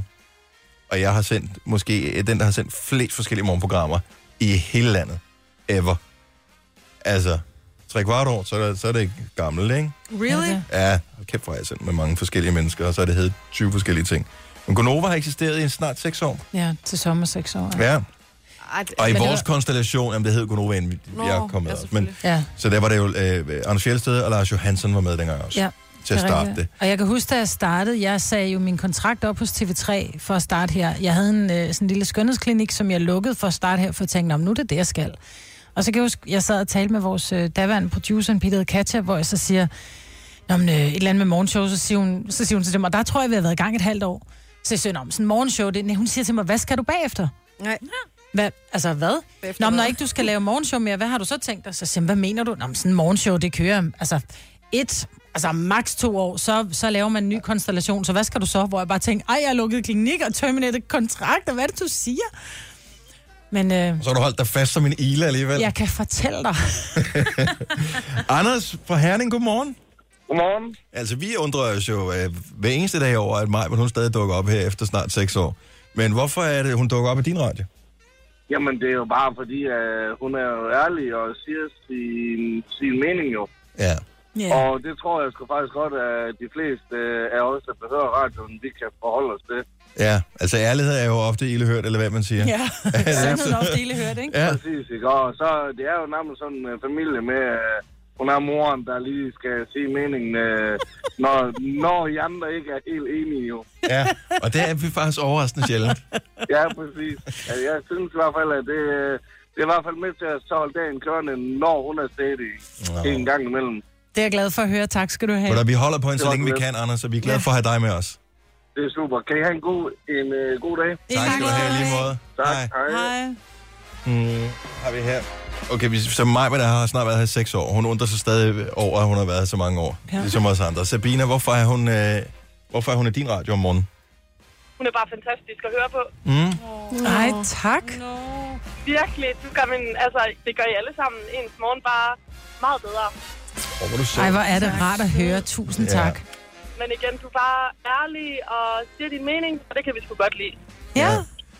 og jeg har sendt, måske øh, den, der har sendt flest forskellige morgenprogrammer i hele landet, ever. Altså, tre kvart år, så er, det, så er det gammelt, ikke?
Really?
Ja, kæft hvor har jeg sendt med mange forskellige mennesker, og så er det heddet 20 forskellige ting. Men Gonova har eksisteret i snart 6 år.
Ja, til sommer seks år.
Ja,
Ej,
og i
Men det
vores
var-
konstellation, jamen det hed Gonova, inden vi-
Nå,
jeg kom med.
ja,
også, men,
Ja.
så der var det jo øh, Anders Fjeldsted og Lars Johansson var med dengang også,
Ja,
til at
det er
starte
rigtigt.
det.
Og jeg kan huske, da jeg startede, jeg sagde jo min kontrakt op hos TV3 for at starte her. Jeg havde en øh, sådan en lille skønhedsklinik, som jeg lukkede for at starte her, for jeg tænkte, "Nå, men nu er det det, jeg skal. Og så kan jeg huske, jeg sad og talte med vores øh, daværende producer, en pige, der hed Katja, hvor jeg så siger, Nå, men, øh, et eller andet med morgenshow, så siger hun, så siger hun til dem, og der tror jeg, vi har været i gang et halvt år. Så jeg siger, "Nå, men sådan en morgenshow, det, nej, hun siger til mig, hvad skal du bagefter?
Nej.
Hvad, altså hvad?
Bagefter
Nå, men når
hvad?
ikke du skal lave morgenshow mere, hvad har du så tænkt dig? Så siger hun, hvad mener du? Nå, men sådan en morgenshow, det kører, altså et, altså maks to år, så, så laver man en ny konstellation, så hvad skal du så? Hvor jeg bare tænker, ej, jeg har lukket klinik og terminated kontrakt, og hvad er det, du siger? Men øh,
Og så har du holdt dig fast som en ile alligevel.
jeg kan fortælle dig.
Anders fra Herning, godmorgen.
Godmorgen.
Altså, vi undrer os jo øh, hver eneste dag over, at Maj, men hun stadig dukker op her efter snart 6 år. Men hvorfor er det, hun dukker op i din radio?
Jamen, det er jo bare fordi, at hun er jo ærlig og siger sin, sin mening jo.
Ja.
Yeah. Og det tror jeg sgu faktisk godt, at de fleste øh, af os, der behøver radioen, vi kan forholde os til.
Ja, altså ærlighed er jo ofte ilehørt, eller hvad man siger.
Sandheden
er ofte ilehørt, ikke?
Ja.
Præcis, ikke? Og så det er jo nærmest sådan en familie med, øh, hun har moren, der lige skal sige meningen, øh, når, når I andre ikke er helt enige jo.
ja, og det er vi faktisk overraskende sjældent.
Ja, præcis. Altså, Jeg synes i hvert fald, at det, øh, det er i hvert fald med til at så holde dagen kørende, når hun er stadig en gang imellem.
Det er jeg glad for at høre. Tak skal du have.
Men vi holder på hende,
Det
så
var
længe vi
så
kan, Anders, og vi er glade for at have dig med os.
Det er super. Kan I have en god, en, øh, god dag?
Tak skal du have i lige måde.
Tak.
Hej.
Hej. Hej.
Hmm, har vi her. Okay, vi- så Maj, der har snart været her i 6 år. Hun undrer sig stadig over, at hun har været her så mange år. Ja.
Ja.
Ligesom os andre. Sabina, hvorfor er hun, øh, hvorfor er hun i din radio om morgenen?
Hun er bare fantastisk at høre på.
Mm.
Ej, tak.
Virkelig, du gør min, altså, det gør I alle sammen. Ens morgen bare meget bedre.
Oh, hvor du
Ej, hvor er det rart at høre. Tusind
Ja.
tak.
Men igen, du er bare ærlig og siger din mening, og det kan vi sgu godt lide.
Ja,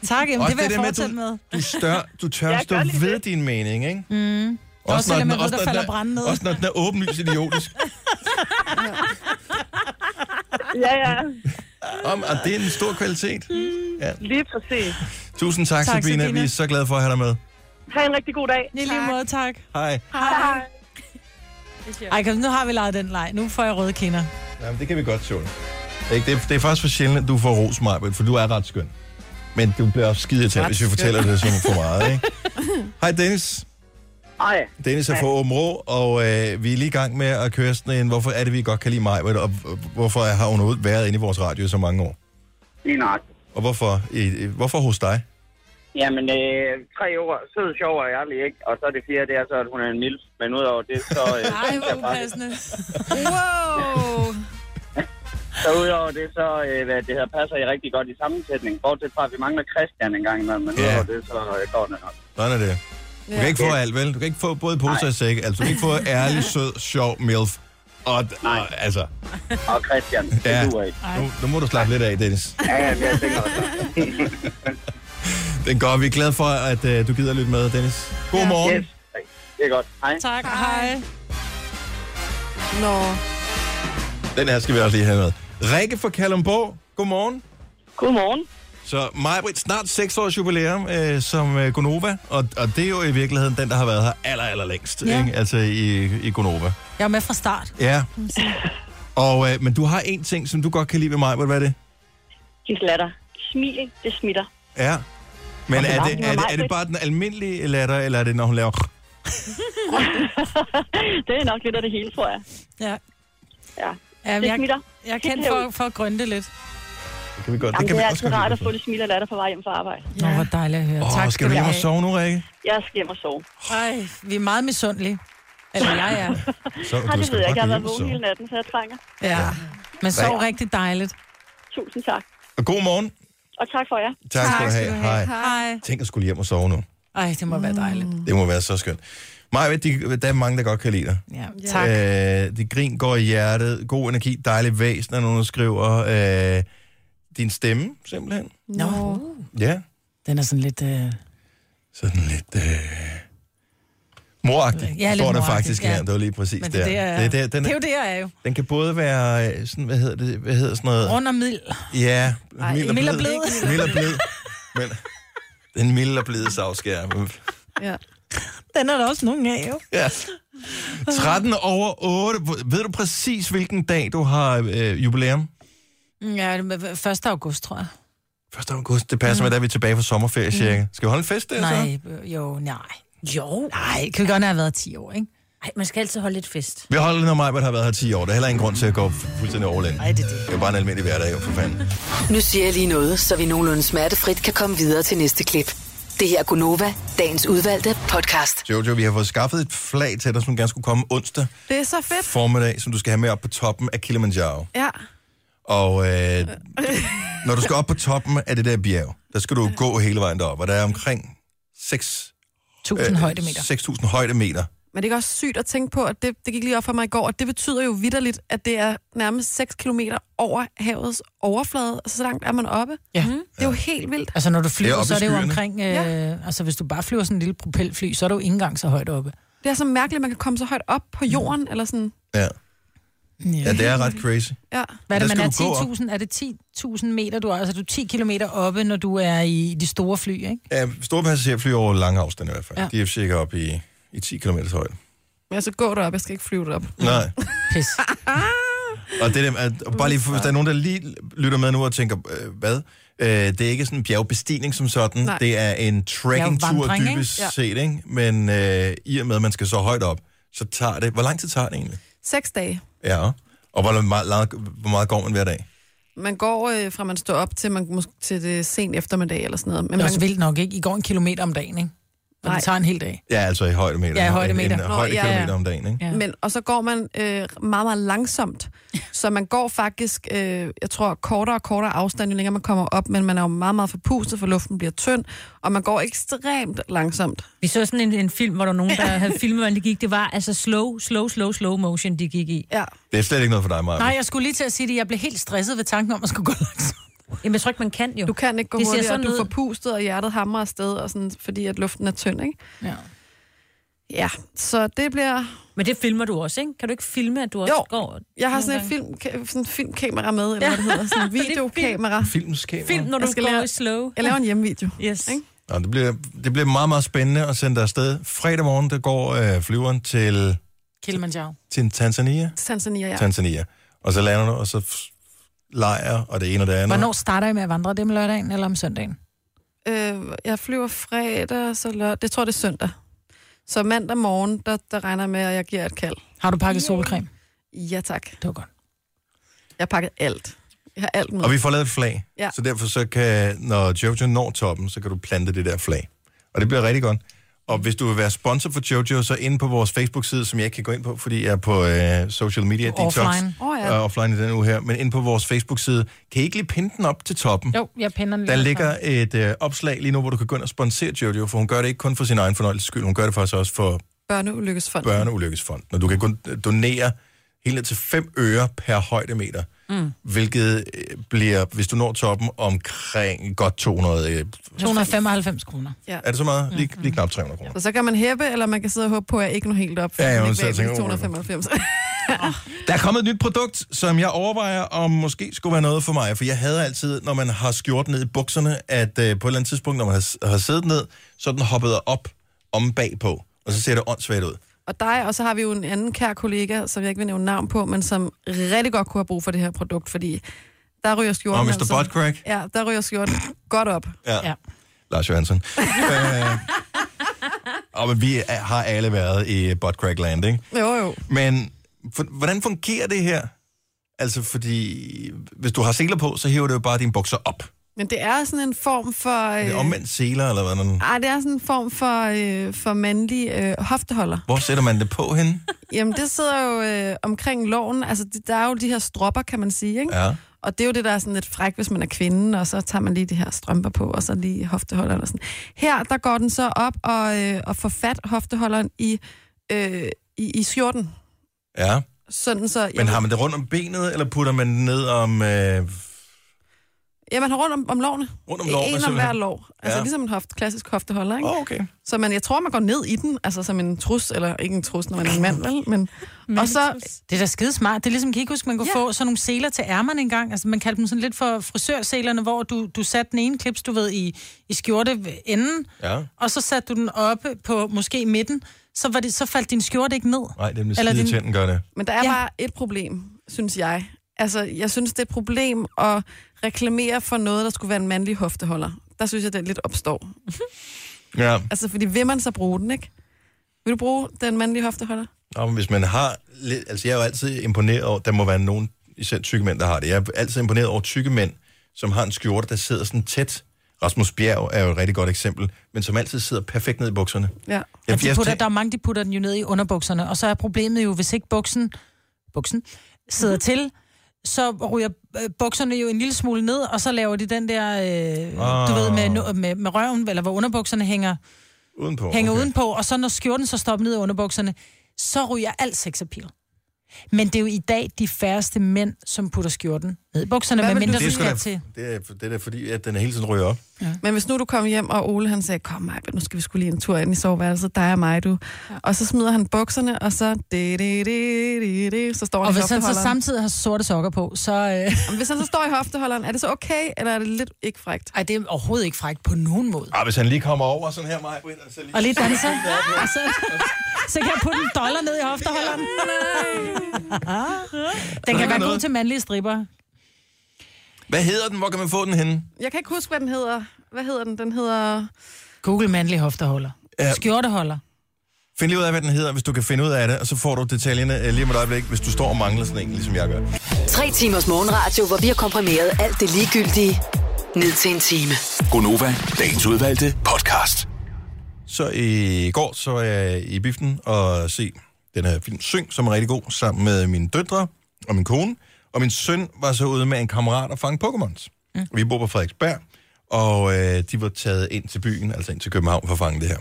tak. Jamen,
Også
det vil
det der
jeg
med,
fortsætte med.
Du, stør, du tør
Jeg
stå
gør lige
ved det. din mening, ikke?
Mm. Også selvom jeg ved, der falder brand ned.
Også når den er åbenlyst idiotisk.
Ja, ja.
Om, og det er en stor kvalitet.
Mm.
Ja.
Lige præcis.
Tusind tak, tak
Tak,
Sabina.
Sabina.
Vi er så glade for at have dig med.
Ha' en rigtig god dag.
I lige måde, tak.
Hej.
Hej. Ej, kom, nu har vi lejet den leg. Nu får jeg røde kinder.
Jamen, det kan vi godt tåle. Ikke? Det, er, det er faktisk for sjældent, at du får ros, Marbet, for du er ret skøn. Men du bliver også skide til,
Ret
hvis vi
skøn.
fortæller det som for meget, ikke? Hej, Dennis.
Ej.
Dennis er fra Åben Rå, og øh, vi er lige i gang med at køre sådan en, hvorfor er det, vi godt kan lide mig, og hvorfor har hun overhovedet været inde i vores radio i så mange år?
Lige nok.
Og hvorfor, i, hvorfor hos dig?
Jamen, øh, tre år, sød, sjov og ærlig, ikke? Og så er det fjerde, det er så, at hun er en milf. Men udover det, så... Øh,
Ej, hvor
jeg bare-
upassende. Wow!
Så udover det, så øh, hvad det her, passer I rigtig godt i sammensætning. Bortset fra, at vi mangler Christian en gang imellem, men
Ja.
udover det, så øh, går det nok.
Sådan er det. Du kan
Ja.
ikke få alt, vel? Du kan ikke få både poser og sæk. Altså, du kan ikke få ærlig, sød, sjov milf. Og, og altså...
Og Christian,
ja.
duer ikke.
Nu, nu må du slappe lidt af, Dennis.
Ja, ja, det er sikkert.
Det er godt. Vi er glade for, at uh, du gider at lytte med, Dennis. God morgen.
Yes. Det er godt. Hej.
Tak, hej.
Nå.
Den her skal vi også lige have med. Rikke fra Kalumborg. Godmorgen.
Godmorgen.
Så Majbrit, snart 6 års jubilæum øh, som øh, Gonova, og, og det er jo i virkeligheden den, der har været her aller, aller længst,
Ja.
ja. ikke? altså i, i Gonova.
Jeg er med fra start.
Ja, og, øh, men du har en ting, som du godt kan lide ved Majbrit, hvad er det?
De slatter. Smil, det smitter.
Ja. Men
Og
er
lakken
det,
med
er, det, er
Maj-Brit.
det bare den almindelige latter, eller er det, når hun laver...
det er nok lidt af det hele, tror jeg.
Ja.
Ja.
Ja,
det
jeg,
smitter.
jeg er kendt for, for at grønne det lidt.
Kan vi godt,
Jamen, det,
kan
det
vi
er
også
altid
godt lide
rart at
at
få lidt smil og latter på vej hjem fra arbejde.
Nå, hvor dejligt at høre.
Åh,
tak
skal du hjem og
have.
sove nu, Rikke?
Jeg skal hjem og sove.
Ej, vi er meget misundelige. Eller jeg er.
Så,
Har
du
det ved jeg
skal godt
ikke. Jeg har
hjem
været
og
vågen
sove.
hele natten, så jeg trænger.
Ja. Men sov rigtig dejligt.
Tusind tak.
Og god morgen.
Og tak for jer.
Tak, tak skal du have. Hej.
Hej.
Tænk at skulle hjem og sove nu.
Ej, det må være dejligt.
Det må være så skønt. Maja, de, der er mange, der godt kan lide dig.
Ja, tak.
Øh, det grin går i hjertet, god energi, dejlig væsen, er nogen, der skriver. Øh, din stemme, simpelthen.
Nå.
Ja.
Den er sådan lidt... Øh...
Sådan lidt... Øh... Moragtig,
Ja,
ja,
lidt
står der
moragtig,
faktisk her.
ja.
Det var lige præcis
Men det
der.
er det, jeg er.
det, er der, den,
Det er jo det, jeg er jo.
Den kan både være øh, sådan, hvad hedder det, hvad hedder sådan noget?
Rund og mild.
Ja,
Ej, mild og blid.
Mild og blid. Men den milde og blide savskær.
Ja.
Den er der også nogen af, jo.
Ja. 13 over 8. Ved du præcis, hvilken dag du har øh, jubilæum?
Ja, det er 1. august, tror jeg.
1. august. Det passer med, da vi er tilbage fra sommerferie, cirka. Skal vi holde en fest der, så?
Nej, øh, jo, nej. Jo. Nej, kan vi godt have været 10 år, ikke?
Nej, man skal altid holde lidt fest.
Vi holder den, når Majbert har været her 10 år. Der er heller ingen grund til at gå fu- fuldstændig overland.
Nej, det er det.
Det er bare en almindelig hverdag, jo, for fanden.
Nu siger jeg lige noget, så vi nogenlunde smertefrit kan komme videre til næste klip. Det her er Gunova, dagens udvalgte podcast.
Jojo, vi har fået skaffet et flag til dig, som gerne skulle komme onsdag
Det er så fedt.
formiddag, som du skal have med op på toppen af Kilimanjaro.
Ja.
Og øh, når du skal op på toppen af det der bjerg, der skal du gå hele vejen derop, og der er omkring 6...
1000 højdemeter.
6.000 højdemeter.
Men det er ikke også sygt at tænke på, at det, det gik lige op for mig i går, og det betyder jo vidderligt, at det er nærmest 6 km over havets overflade, og så langt er man oppe.
Ja.
Mm. Det er jo helt vildt.
Altså, når du flyver,
oppe i
så er det jo
skyerne.
omkring... Øh, ja. Altså, hvis du bare flyver sådan en lille propelfly, så er du jo ikke engang så højt oppe.
Det er så mærkeligt, at man kan komme så højt op på jorden, eller sådan.
Ja. Ja, det er ret crazy.
Ja.
Hvad er det,
Der
man er
skal du gå op.
10.000? Er det 10.000 meter, du er? Altså, du er 10 kilometer oppe, når du er i de store fly, ikke?
Ja, store passagerfly over lange afstande i hvert fald.
Ja. Mm.
Ja. De er cirka op i, i 10 km højde.
Men altså, gå derop, jeg skal ikke flyve derop.
Nej.
Pis.
Og det der, at, og bare lige, for- hvis der er nogen, der lige lytter med nu og tænker, øh, hvad? Øh, det er ikke sådan en bjergbestigning som sådan.
Nej.
Nej. Det er en trekkingtur
Bjergvandring, ikke?
dybest
Ja.
set, ikke? Men øh, i og med, at man skal så højt op, så tager det... Hvor lang tid tager det egentlig?
6 dage.
Ja. Og hvor meget, lang- hvor meget går man hver dag?
Man går øh, fra man står op til, man, måske, til det sent eftermiddag eller sådan noget. Men
Det er
man,
også vildt nok, ikke? I går en kilometer om dagen, ikke? Og
Nej.
det tager en hel dag.
Ja, altså i højdemeter.
Ja, i højdemeter.
En, en,
Nå,
en højdekilometer
ja, ja.
om dagen, ikke?
Ja.
Men, og så går man øh, meget, meget langsomt. Så man går faktisk, øh, jeg tror, kortere og kortere afstand, jo længere man kommer op, men man er jo meget, meget forpustet, for luften bliver tynd, og man går ekstremt langsomt.
Vi så sådan en, en film, hvor der var nogen, der havde filmet, hvordan det gik. Det var altså slow, slow, slow, slow motion, de gik i.
Ja.
Det er slet ikke noget for dig, Maja.
Nej, jeg skulle lige til at sige det. Jeg blev helt stresset ved tanken om, at skulle gå langsomt.
Jamen, jeg tror ikke, man kan jo.
Du kan ikke gå
Det ser
hurtigere,
sådan
og du er
ud.
forpustet, og hjertet hamrer afsted, og sådan, fordi at luften er tynd, ikke?
Ja.
Ja, så det bliver...
Men det filmer du også, ikke? Kan du ikke filme, at du også
Jo,
går?
jeg har sådan
nogle
et
gange?
film, ka- sådan et filmkamera med, eller hvad det hedder, sådan et
Det er film.
videokamera.
Filmskamera.
Film, når du
Jeg skal
går
lære-
i slow.
Jeg laver en hjemmevideo.
Yes.
Ikke?
Nå, det, bliver, det bliver meget, meget spændende at sende dig afsted. Fredag morgen, der går øh, flyveren til,
Kilimanjaro.
til Tanzania.
Tanzania, ja.
Ja. Tanzania. Og så lander du, og så f- lejer, og det ene og det andet.
Hvornår starter I med at vandre? Er Det om lørdagen eller om søndagen?
Øh, jeg flyver fredag, så lørdag. Det tror jeg, det er søndag. Så mandag morgen, der, der regner jeg med, at jeg giver et kald.
Har du pakket solcreme?
Ja, tak. Det
var godt.
Jeg har pakket alt. Jeg har
Mm.
alt med.
Og vi får lavet et flag.
Ja.
Så derfor så kan, når Jojo når toppen, så kan du plante det der flag. Og det bliver rigtig godt. Og hvis du vil være sponsor for Jojo, så inde på vores Facebook-side, som jeg ikke kan gå ind på, fordi jeg er på øh, social media detox.
Offline. Åh, ja.
Og offline i den uge her. Men inde på vores Facebook-side, kan I ikke lige pinde den op til toppen?
Jo, jeg pinder den
Der
lige.
ligger et øh, opslag lige nu, hvor du kan gå ind og sponsere Jojo, for hun gør det ikke kun for sin egen fornøjelse skyld, hun gør det faktisk også for
Børneulykkesfond.
Børneulykkesfonden. Og du kan kun donere helt ned til 5 øre per højdemeter,
Mm.
hvilket øh, bliver, hvis du når toppen, omkring godt 200... Øh,
295 kroner.
Ja.
er det så meget? Lige, lige knap 300 kroner.
Så, så kan man hæppe, eller man kan sidde og håbe på, at jeg ikke når helt op. for
Ja, ja,
jeg
men
ikke
så
vil
tænker jeg,
295.
Der er kommet et nyt produkt, som jeg overvejer, om måske skulle være noget for mig. For jeg havde altid, når man har skjort ned i bukserne, at øh, på et eller andet tidspunkt, når man har, har siddet ned, så er den hoppet op om bagpå. Og så ser det åndssvagt ud.
og dig, og så har vi jo en anden kær kollega, som jeg ikke vil nævne navn på, men som rigtig godt kunne have brug for det her produkt, fordi der ryger skjorten. altså-
Og Mr. Buttcrack.
Ja, der ryger skjorten godt op.
Ja. ja. Lars Johansson. øh, og men vi er, har alle været i buttcrack land, ikke?
Jo, jo.
Men for, hvordan fungerer det her? Altså, fordi hvis du har seler på, så hæver det jo bare dine bukser op.
Men det er sådan en form for...
Øh. Omvendt seler, eller hvad den...
Ej, det er sådan en form for, øh, for mandlig øh, hofteholder.
Hvor sætter man det på henne?
Jamen, det sidder jo øh, omkring loven. Altså, det, der er jo de her stropper, kan man sige, ikke?
Ja.
Og det er jo det, der er sådan lidt fræk, hvis man er kvinde, og så tager man lige de her strømper på, og så lige hofteholderen og sådan. Her, der går den så op og, øh, og får fat hofteholderen i, øh, i, i skjorten.
Ja.
Sådan så...
Men har man det rundt om benet, eller putter man det ned om... Øh,
Ja, man har rundt om, om lovene.
Rundt om lårene,
En om hver
simpelthen.
lov. Altså
Ja.
ja. ligesom en hoft, klassisk hofteholder, ikke?
Oh, okay.
Så man, jeg tror, man går ned i den, altså som en trus, eller ikke en trus, når man er en mand, vel? Men, og så...
Det er da skide smart. Det er ligesom, kan I ikke huske, man kunne ja. få sådan nogle seler til ærmerne engang. Altså, man kaldte dem sådan lidt for frisørselerne, hvor du, du satte den ene klips, du ved, i, i skjorteenden,
Ja.
og så satte du den oppe på måske midten, så, var det, så faldt din skjorte ikke ned.
Nej, det er med din... tænden gør det.
Men der er ja. bare et problem, synes jeg. Altså, jeg synes, det er et problem at reklamere for noget, der skulle være en mandlig hofteholder. Der synes jeg, den lidt opstår.
Mhm.
Ja.
Altså, fordi vil man så bruge den, ikke? Vil du bruge den mandlige hofteholder?
Nå, men hvis man har lidt... Altså, jeg er jo altid imponeret over... Der må være nogen, især tykke mænd, der har det. Jeg er altid imponeret over tykke mænd, som har en skjorte, der sidder sådan tæt. Rasmus Bjerg er jo et rigtig godt eksempel, men som altid sidder perfekt ned i bukserne.
Ja.
Ja, Altså,
Jeg-
de
jeg
putter,
tæ-
der er mange, de putter den jo ned i underbukserne, og så er problemet jo, hvis ikke buksen, buksen sidder
Mhm.
til, så ryger øh, bukserne jo en lille smule ned, og så laver de den der, øh,
Ah.
du ved, med, nu- med, med røven, eller hvor underbukserne hænger,
Udenpå.
hænger
okay.
udenpå, og så når skjorten så stopper ned i underbukserne, så ryger alt sexappeal. Men det er jo i dag de færreste mænd, som putter skjorten ned i bukserne,
Hvad
med
vil du
mindre
Det er,
du
sgu
skal
da,
til.
det, er, det er da fordi, at den hele tiden ryger op.
Ja.
Men hvis nu du kom hjem, og Ole han sagde, kom mig, nu skal vi skulle lige en tur ind i soveværelset, dig og mig, du. Ja. Og så smider han bukserne, og så... De, de, de, de, de, så står
Og
han i
hvis han så
hofteholderen.
samtidig har sorte sokker på, så... Øh...
Jamen, Hvis han så står i hofteholderen, er det så okay, eller er det lidt ikke frægt?
Ej, det er overhovedet ikke frægt på nogen måde.
Ah, hvis han lige kommer over sådan her, mig, og så lige...
Og lige danser. Og så, så kan jeg putte en dollar ned i hofteholderen.
Ah.
Den kan være god til mandlige stripper.
Hvad hedder den? Hvor kan man få den henne?
Jeg kan ikke huske, hvad den hedder. Hvad hedder den? Den hedder...
Google mandlig hofteholder.
Ja.
Skjorteholder.
Find lige ud af, hvad den hedder, hvis du kan finde ud af det, og så får du detaljerne øh, lige om et øjeblik, hvis du står og mangler sådan en, ligesom jeg gør.
Tre timers morgenradio, hvor vi har komprimeret alt det ligegyldige ned til en time.
Gonova, dagens udvalgte podcast.
Så i går, så var jeg i biffen og se den her film Syng, som er rigtig god, sammen med mine døtre og min kone. Og min søn var så ude med en kammerat og fange Pokémons. Mm. Vi bor på Frederiksberg, og øh, de var taget ind til byen, altså ind til København for at fange det her.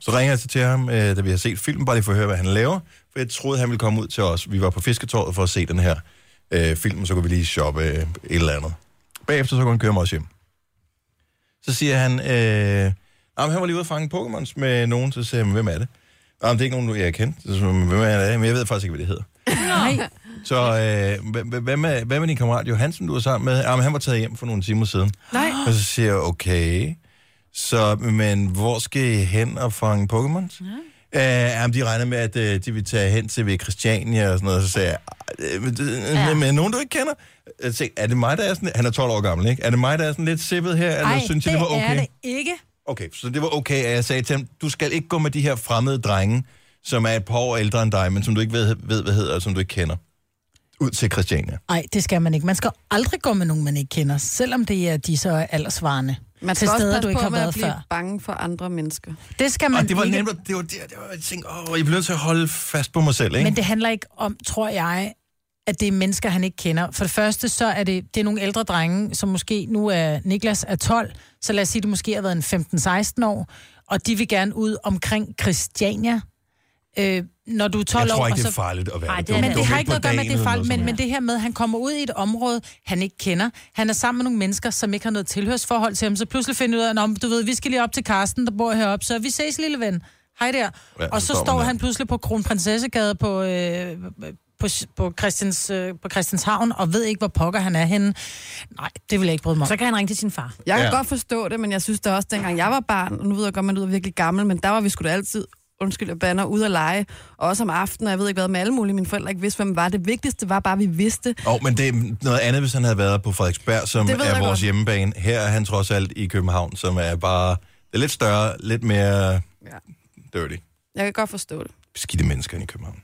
Så ringer jeg så til ham, øh, da vi har set filmen, bare lige for at høre, hvad han laver. For jeg troede, han ville komme ud til os. Vi var på Fisketorvet for at se den her øh, film, så kunne vi lige shoppe øh, et eller andet. Bagefter så kunne han køre mig også hjem. Så siger han, øh, jamen, han var lige ude at fange Pokémons med nogen, så siger jeg, "Men hvem er det? Jamen, det er ikke nogen, du- jeg kendte. Så siger jeg, "Men hvem er det? Men jeg ved faktisk ikke, hvad det hedder.
Nej.
Så øh, hvem- hvem- hvem, er, hvem er din kammerat Johansen, du var sammen med? Jamen, han var taget hjem for nogle timer siden.
Nej.
Og så siger jeg, okay, så, men hvor skal I hen og fange Pokémons? Øh, jamen, de regner med, at øh, de vil tage hen til ved Christiania og sådan noget. Så sagde jeg, "Ej, men det-
Ja.
men nogen, du ikke kender? Jeg tænkte, er det mig, der er sådan... Han er 12 år gammel, ikke? Er det mig, der er sådan lidt sippet her? Eller Ej, synes jeg, det, var okay?
ikke.
Okay, så det var okay, at jeg sagde til ham, du skal ikke gå med de her fremmede drenge, som er et par år ældre end dig, men som du ikke ved, ved hvad hedder, og som du ikke kender, ud til Christiania.
Nej, det skal man ikke. Man skal aldrig gå med nogen, man ikke kender, selvom det er, de så er aldersvarende.
Man skal også passe på med at blive bange for andre mennesker.
Det skal man
og Ah, det var
ikke.
nemt, det var, det, det var, jeg tænkte, åh, jeg bliver nødt til at holde fast på mig selv, ikke?
Men det handler ikke om, tror jeg, at det er mennesker, han ikke kender. For det første, så er det, det er nogle ældre drenge, som måske nu er Niklas er 12, så lad os sige, det måske har været en 15-16 år, og de vil gerne ud omkring Christiania. Øh, når du er 12
Jeg tror
år,
ikke,
og
det
så...
er farligt at være
Nej,
det.
det,
Du
er, men
dukker
det har
ikke
ikke
på
noget at gøre med, at
dagen
det er
eller
farligt,
noget
men, men det her med, at han kommer ud i et område, han ikke kender. Han er sammen med nogle mennesker, som ikke har noget tilhørsforhold til ham, så pludselig finder ud af, at du ved, vi skal lige op til Karsten, der bor heroppe, så vi ses, lille ven. Hej der.
Ja,
og så
så kommer
står
han.
han pludselig på Kronprinsessegade på, øh, på, på, Christians, øh, på Christianshavn, og ved ikke, hvor pokker han er henne. Nej, det vil jeg ikke bryde mig om.
Så kan han ringe til sin far.
Jeg kan
Ja.
ja. godt forstå det, men jeg synes da også, dengang jeg var barn, og nu ved jeg godt, man lyder virkelig gammel, men der var vi sgu da altid, undskyld, jeg banner, ude at lege, og også om aftenen, og jeg ved ikke hvad, med alle mulige, mine forældre ikke vidste, hvem var. Det vigtigste var bare, at vi vidste.
Åh, oh, men det er noget andet, hvis han havde været på Frederiksberg, som
Det ved
er
jeg
vores
godt.
hjemmebane. Her er han trods alt i København, som er bare det er lidt større, lidt mere dirty.
Jeg kan godt forstå det.
Skidte mennesker inde i København.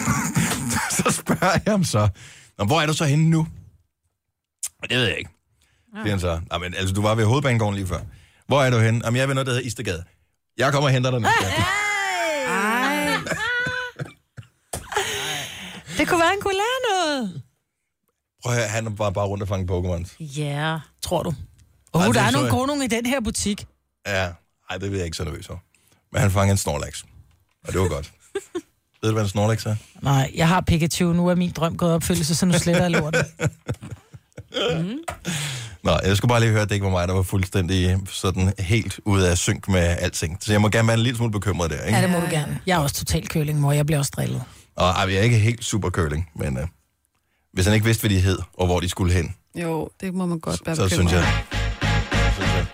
så spørger jeg ham så, Nå, hvor er du så henne nu? Og det ved jeg ikke. Ja. Det er han så. "Nå, men altså, du var ved hovedbanegården lige før. Hvor er du henne? Jamen, jeg er ved noget, der hedder Istegade. Jeg kommer og henter dig. Ah,
Ej. Det kunne være, han kunne lære noget.
Prøv at høre, han var bare rundt og fange Pokémons.
Ja. Yeah.
Tror du?
Ej,
Åh, oh,
det
der
så
er nogle
jeg.
gode nogle i den her butik.
Ja, nej, det ved jeg ikke så nervøs over. Men han fangede en Snorlax. Og det var godt. ved du, hvad en Snorlax er?
Nej, jeg har Pikachu, nu er min drøm gået i opfyldelse, så nu sletter jeg lortet.
Nå, jeg skulle bare lige høre, at det ikke var mig, der var fuldstændig sådan helt ude af synk med alting. Så jeg må gerne være en lille smule bekymret der, ikke?
Ja, det må du gerne. Jeg er også total køling, mor. Jeg bliver også drillet.
Og ej, jeg er ikke helt super curling, men øh, hvis han ikke vidste, hvad de hed, og hvor de skulle hen,
Jo, det må man godt være
så
bekymret
synes jeg... synes jeg-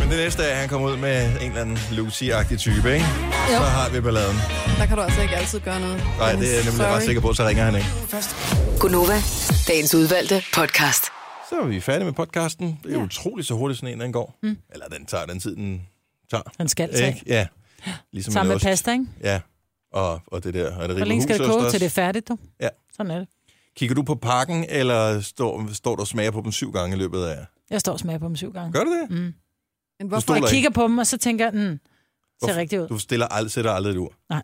Men det næste er, at han kommer ud med en eller anden Lucy-agtig type, ikke?
Jo.
Så har vi balladen.
Der kan du altså ikke altid gøre noget.
Nej, det er jeg nemlig ret sikker på, så ringer han ikke.
Gunova, dagens udvalgte podcast.
Så er vi færdige med podcasten. Det er ja. utroligt så hurtigt sådan en, den går. Mm. Eller den tager den tid, den tager.
Den skal tage.
Ikke? Ja. Ligesom
Sammen
en
med
ost.
pasta, ikke?
Ja. Og, og det der. Og det
Hvor længe skal det
ribehusost
koge,
også.
til det er færdigt, du?
Ja.
Sådan er det.
Kigger du på pakken, eller står, står du og smager på dem syv gange i løbet af...
Jeg står og smager på dem syv gange.
Gør du det?
Mm.
Men
hvorfor-
hvorfor?
stoler
Jeg
ikke?
kigger på dem, og så tænker jeg, mm, ser
Hvorfor-
rigtigt ud.
Du stiller aldrig, sætter aldrig et ur.
Nej.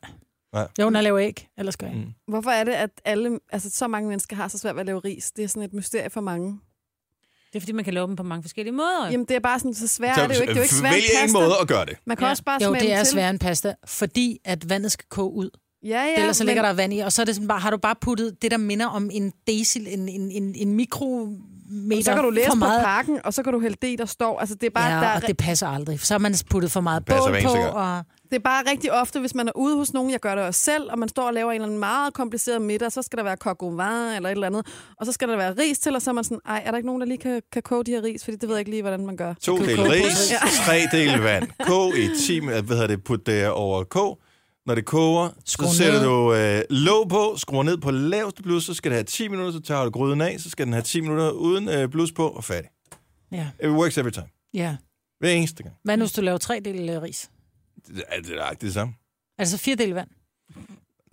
Nej.
Jo, når jeg laver æg, ellers gør jeg ikke.
Mm.
Hvorfor er det, at alle, altså, så mange mennesker har så svært ved at lave ris? Det er sådan et mysterie for mange.
Det er fordi, man kan lave dem på mange forskellige måder.
Jamen, det er bare sådan, så svært er det jo ikke. Det er jo ikke svært
vælg en måde at gøre det.
Man kan også bare
Jo,
smage
det
dem
er
til.
sværere end pasta, fordi at vandet skal koge ud.
Ja, ja,
Ellers så
men-
ligger der vand i, og så er det sådan bare, har du bare puttet det, der minder om en decil, en, en, en, en mikrometer
Og så kan du læse
for
på
meget.
pakken, og så kan du hælde det, i, der står. Altså, det er bare,
ja,
der er
og det passer aldrig. Så har man puttet for meget
Passer hver
bål på,
eneste gang.
og...
Det er bare rigtig ofte, hvis man er ude hos nogen, jeg gør det også selv, og man står og laver en eller anden meget kompliceret middag, så skal der være coq au vin eller et eller andet, og så skal der være ris til, og så er man sådan, ej, er der ikke nogen, der lige kan, kan koge de her ris, fordi det ved jeg ikke lige, hvordan man gør.
To
Kan
del
koge
ris,
Ja.
tre del vand. Kog i 10 min- hvad hedder det, put det over kog. Når det koger,
Skru
så sætter
ned.
du øh, låg på, skruer ned på laveste blus, så skal det have 10 minutter, så tager du gryden af, så skal den have 10 minutter uden øh, blus på og færdig.
Ja.
It works every time.
ja.
Hver eneste gang.
Hvad nu, hvis du laver tre dele øh, ris?
Det er det er det samme.
Altså fire dele vand.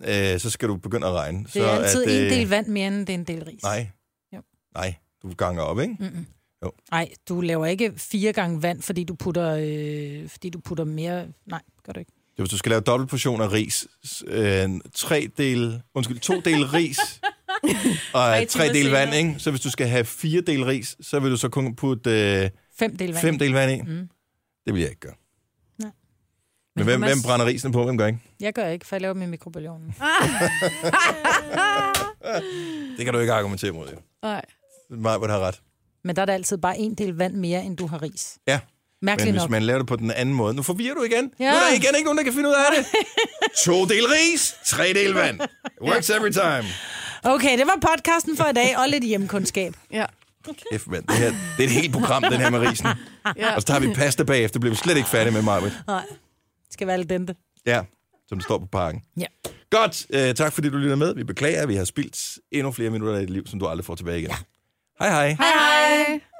Øh, så skal du begynde at regne.
Det er altid
at, øh,
en del vand mere, end det er en del ris.
Nej.
Jo.
Nej, du ganger op, ikke?
Mm-mm.
Jo.
Nej, du laver ikke fire gange vand, fordi du putter, øh, fordi du putter mere... Nej, gør du ikke.
Så hvis du skal lave dobbelt portion af ris, s- øh, tre del, undskyld, to del ris og øh,
Tre
tre
timer
del vand,
senere.
ikke? Så hvis du skal have fire del ris, så vil du så kun putte øh,
Fem del vand.
fem del vand i.
Mm.
Det vil jeg ikke gøre.
Nej.
Men
Men
hvem,
Thomas-
hvem brænder risene på, hvem gør ikke?
Jeg gør ikke, for jeg laver dem i mikrobølgeovnen.
Det kan du ikke argumentere mod, jo.
Nej.
Mig har ret.
Men der er der altid bare en del vand mere, end du har ris.
Ja.
Mærkeligt
Men hvis
nok.
man laver det på den anden måde, nu forvirrer du igen.
Ja.
Ja. Nu er der igen ikke nogen, der kan finde ud af det. To del ris, tre del vand. Works every time.
Okay, det var podcasten for i dag, og lidt hjemkundskab.
Ja.
Kæft, mand. Det, her, det er et helt program, den her med risen.
Ja.
Og så tager vi pasta bagefter, bliver vi slet ikke færdige med mig.
Nej, det skal være lidt dente.
Ja, som det står på pakken.
Ja.
Godt, øh, tak fordi du lytter med. Vi beklager, at vi har spildt endnu flere minutter af dit liv, som du aldrig får tilbage igen. Ja. Hej hej.
Hej hej.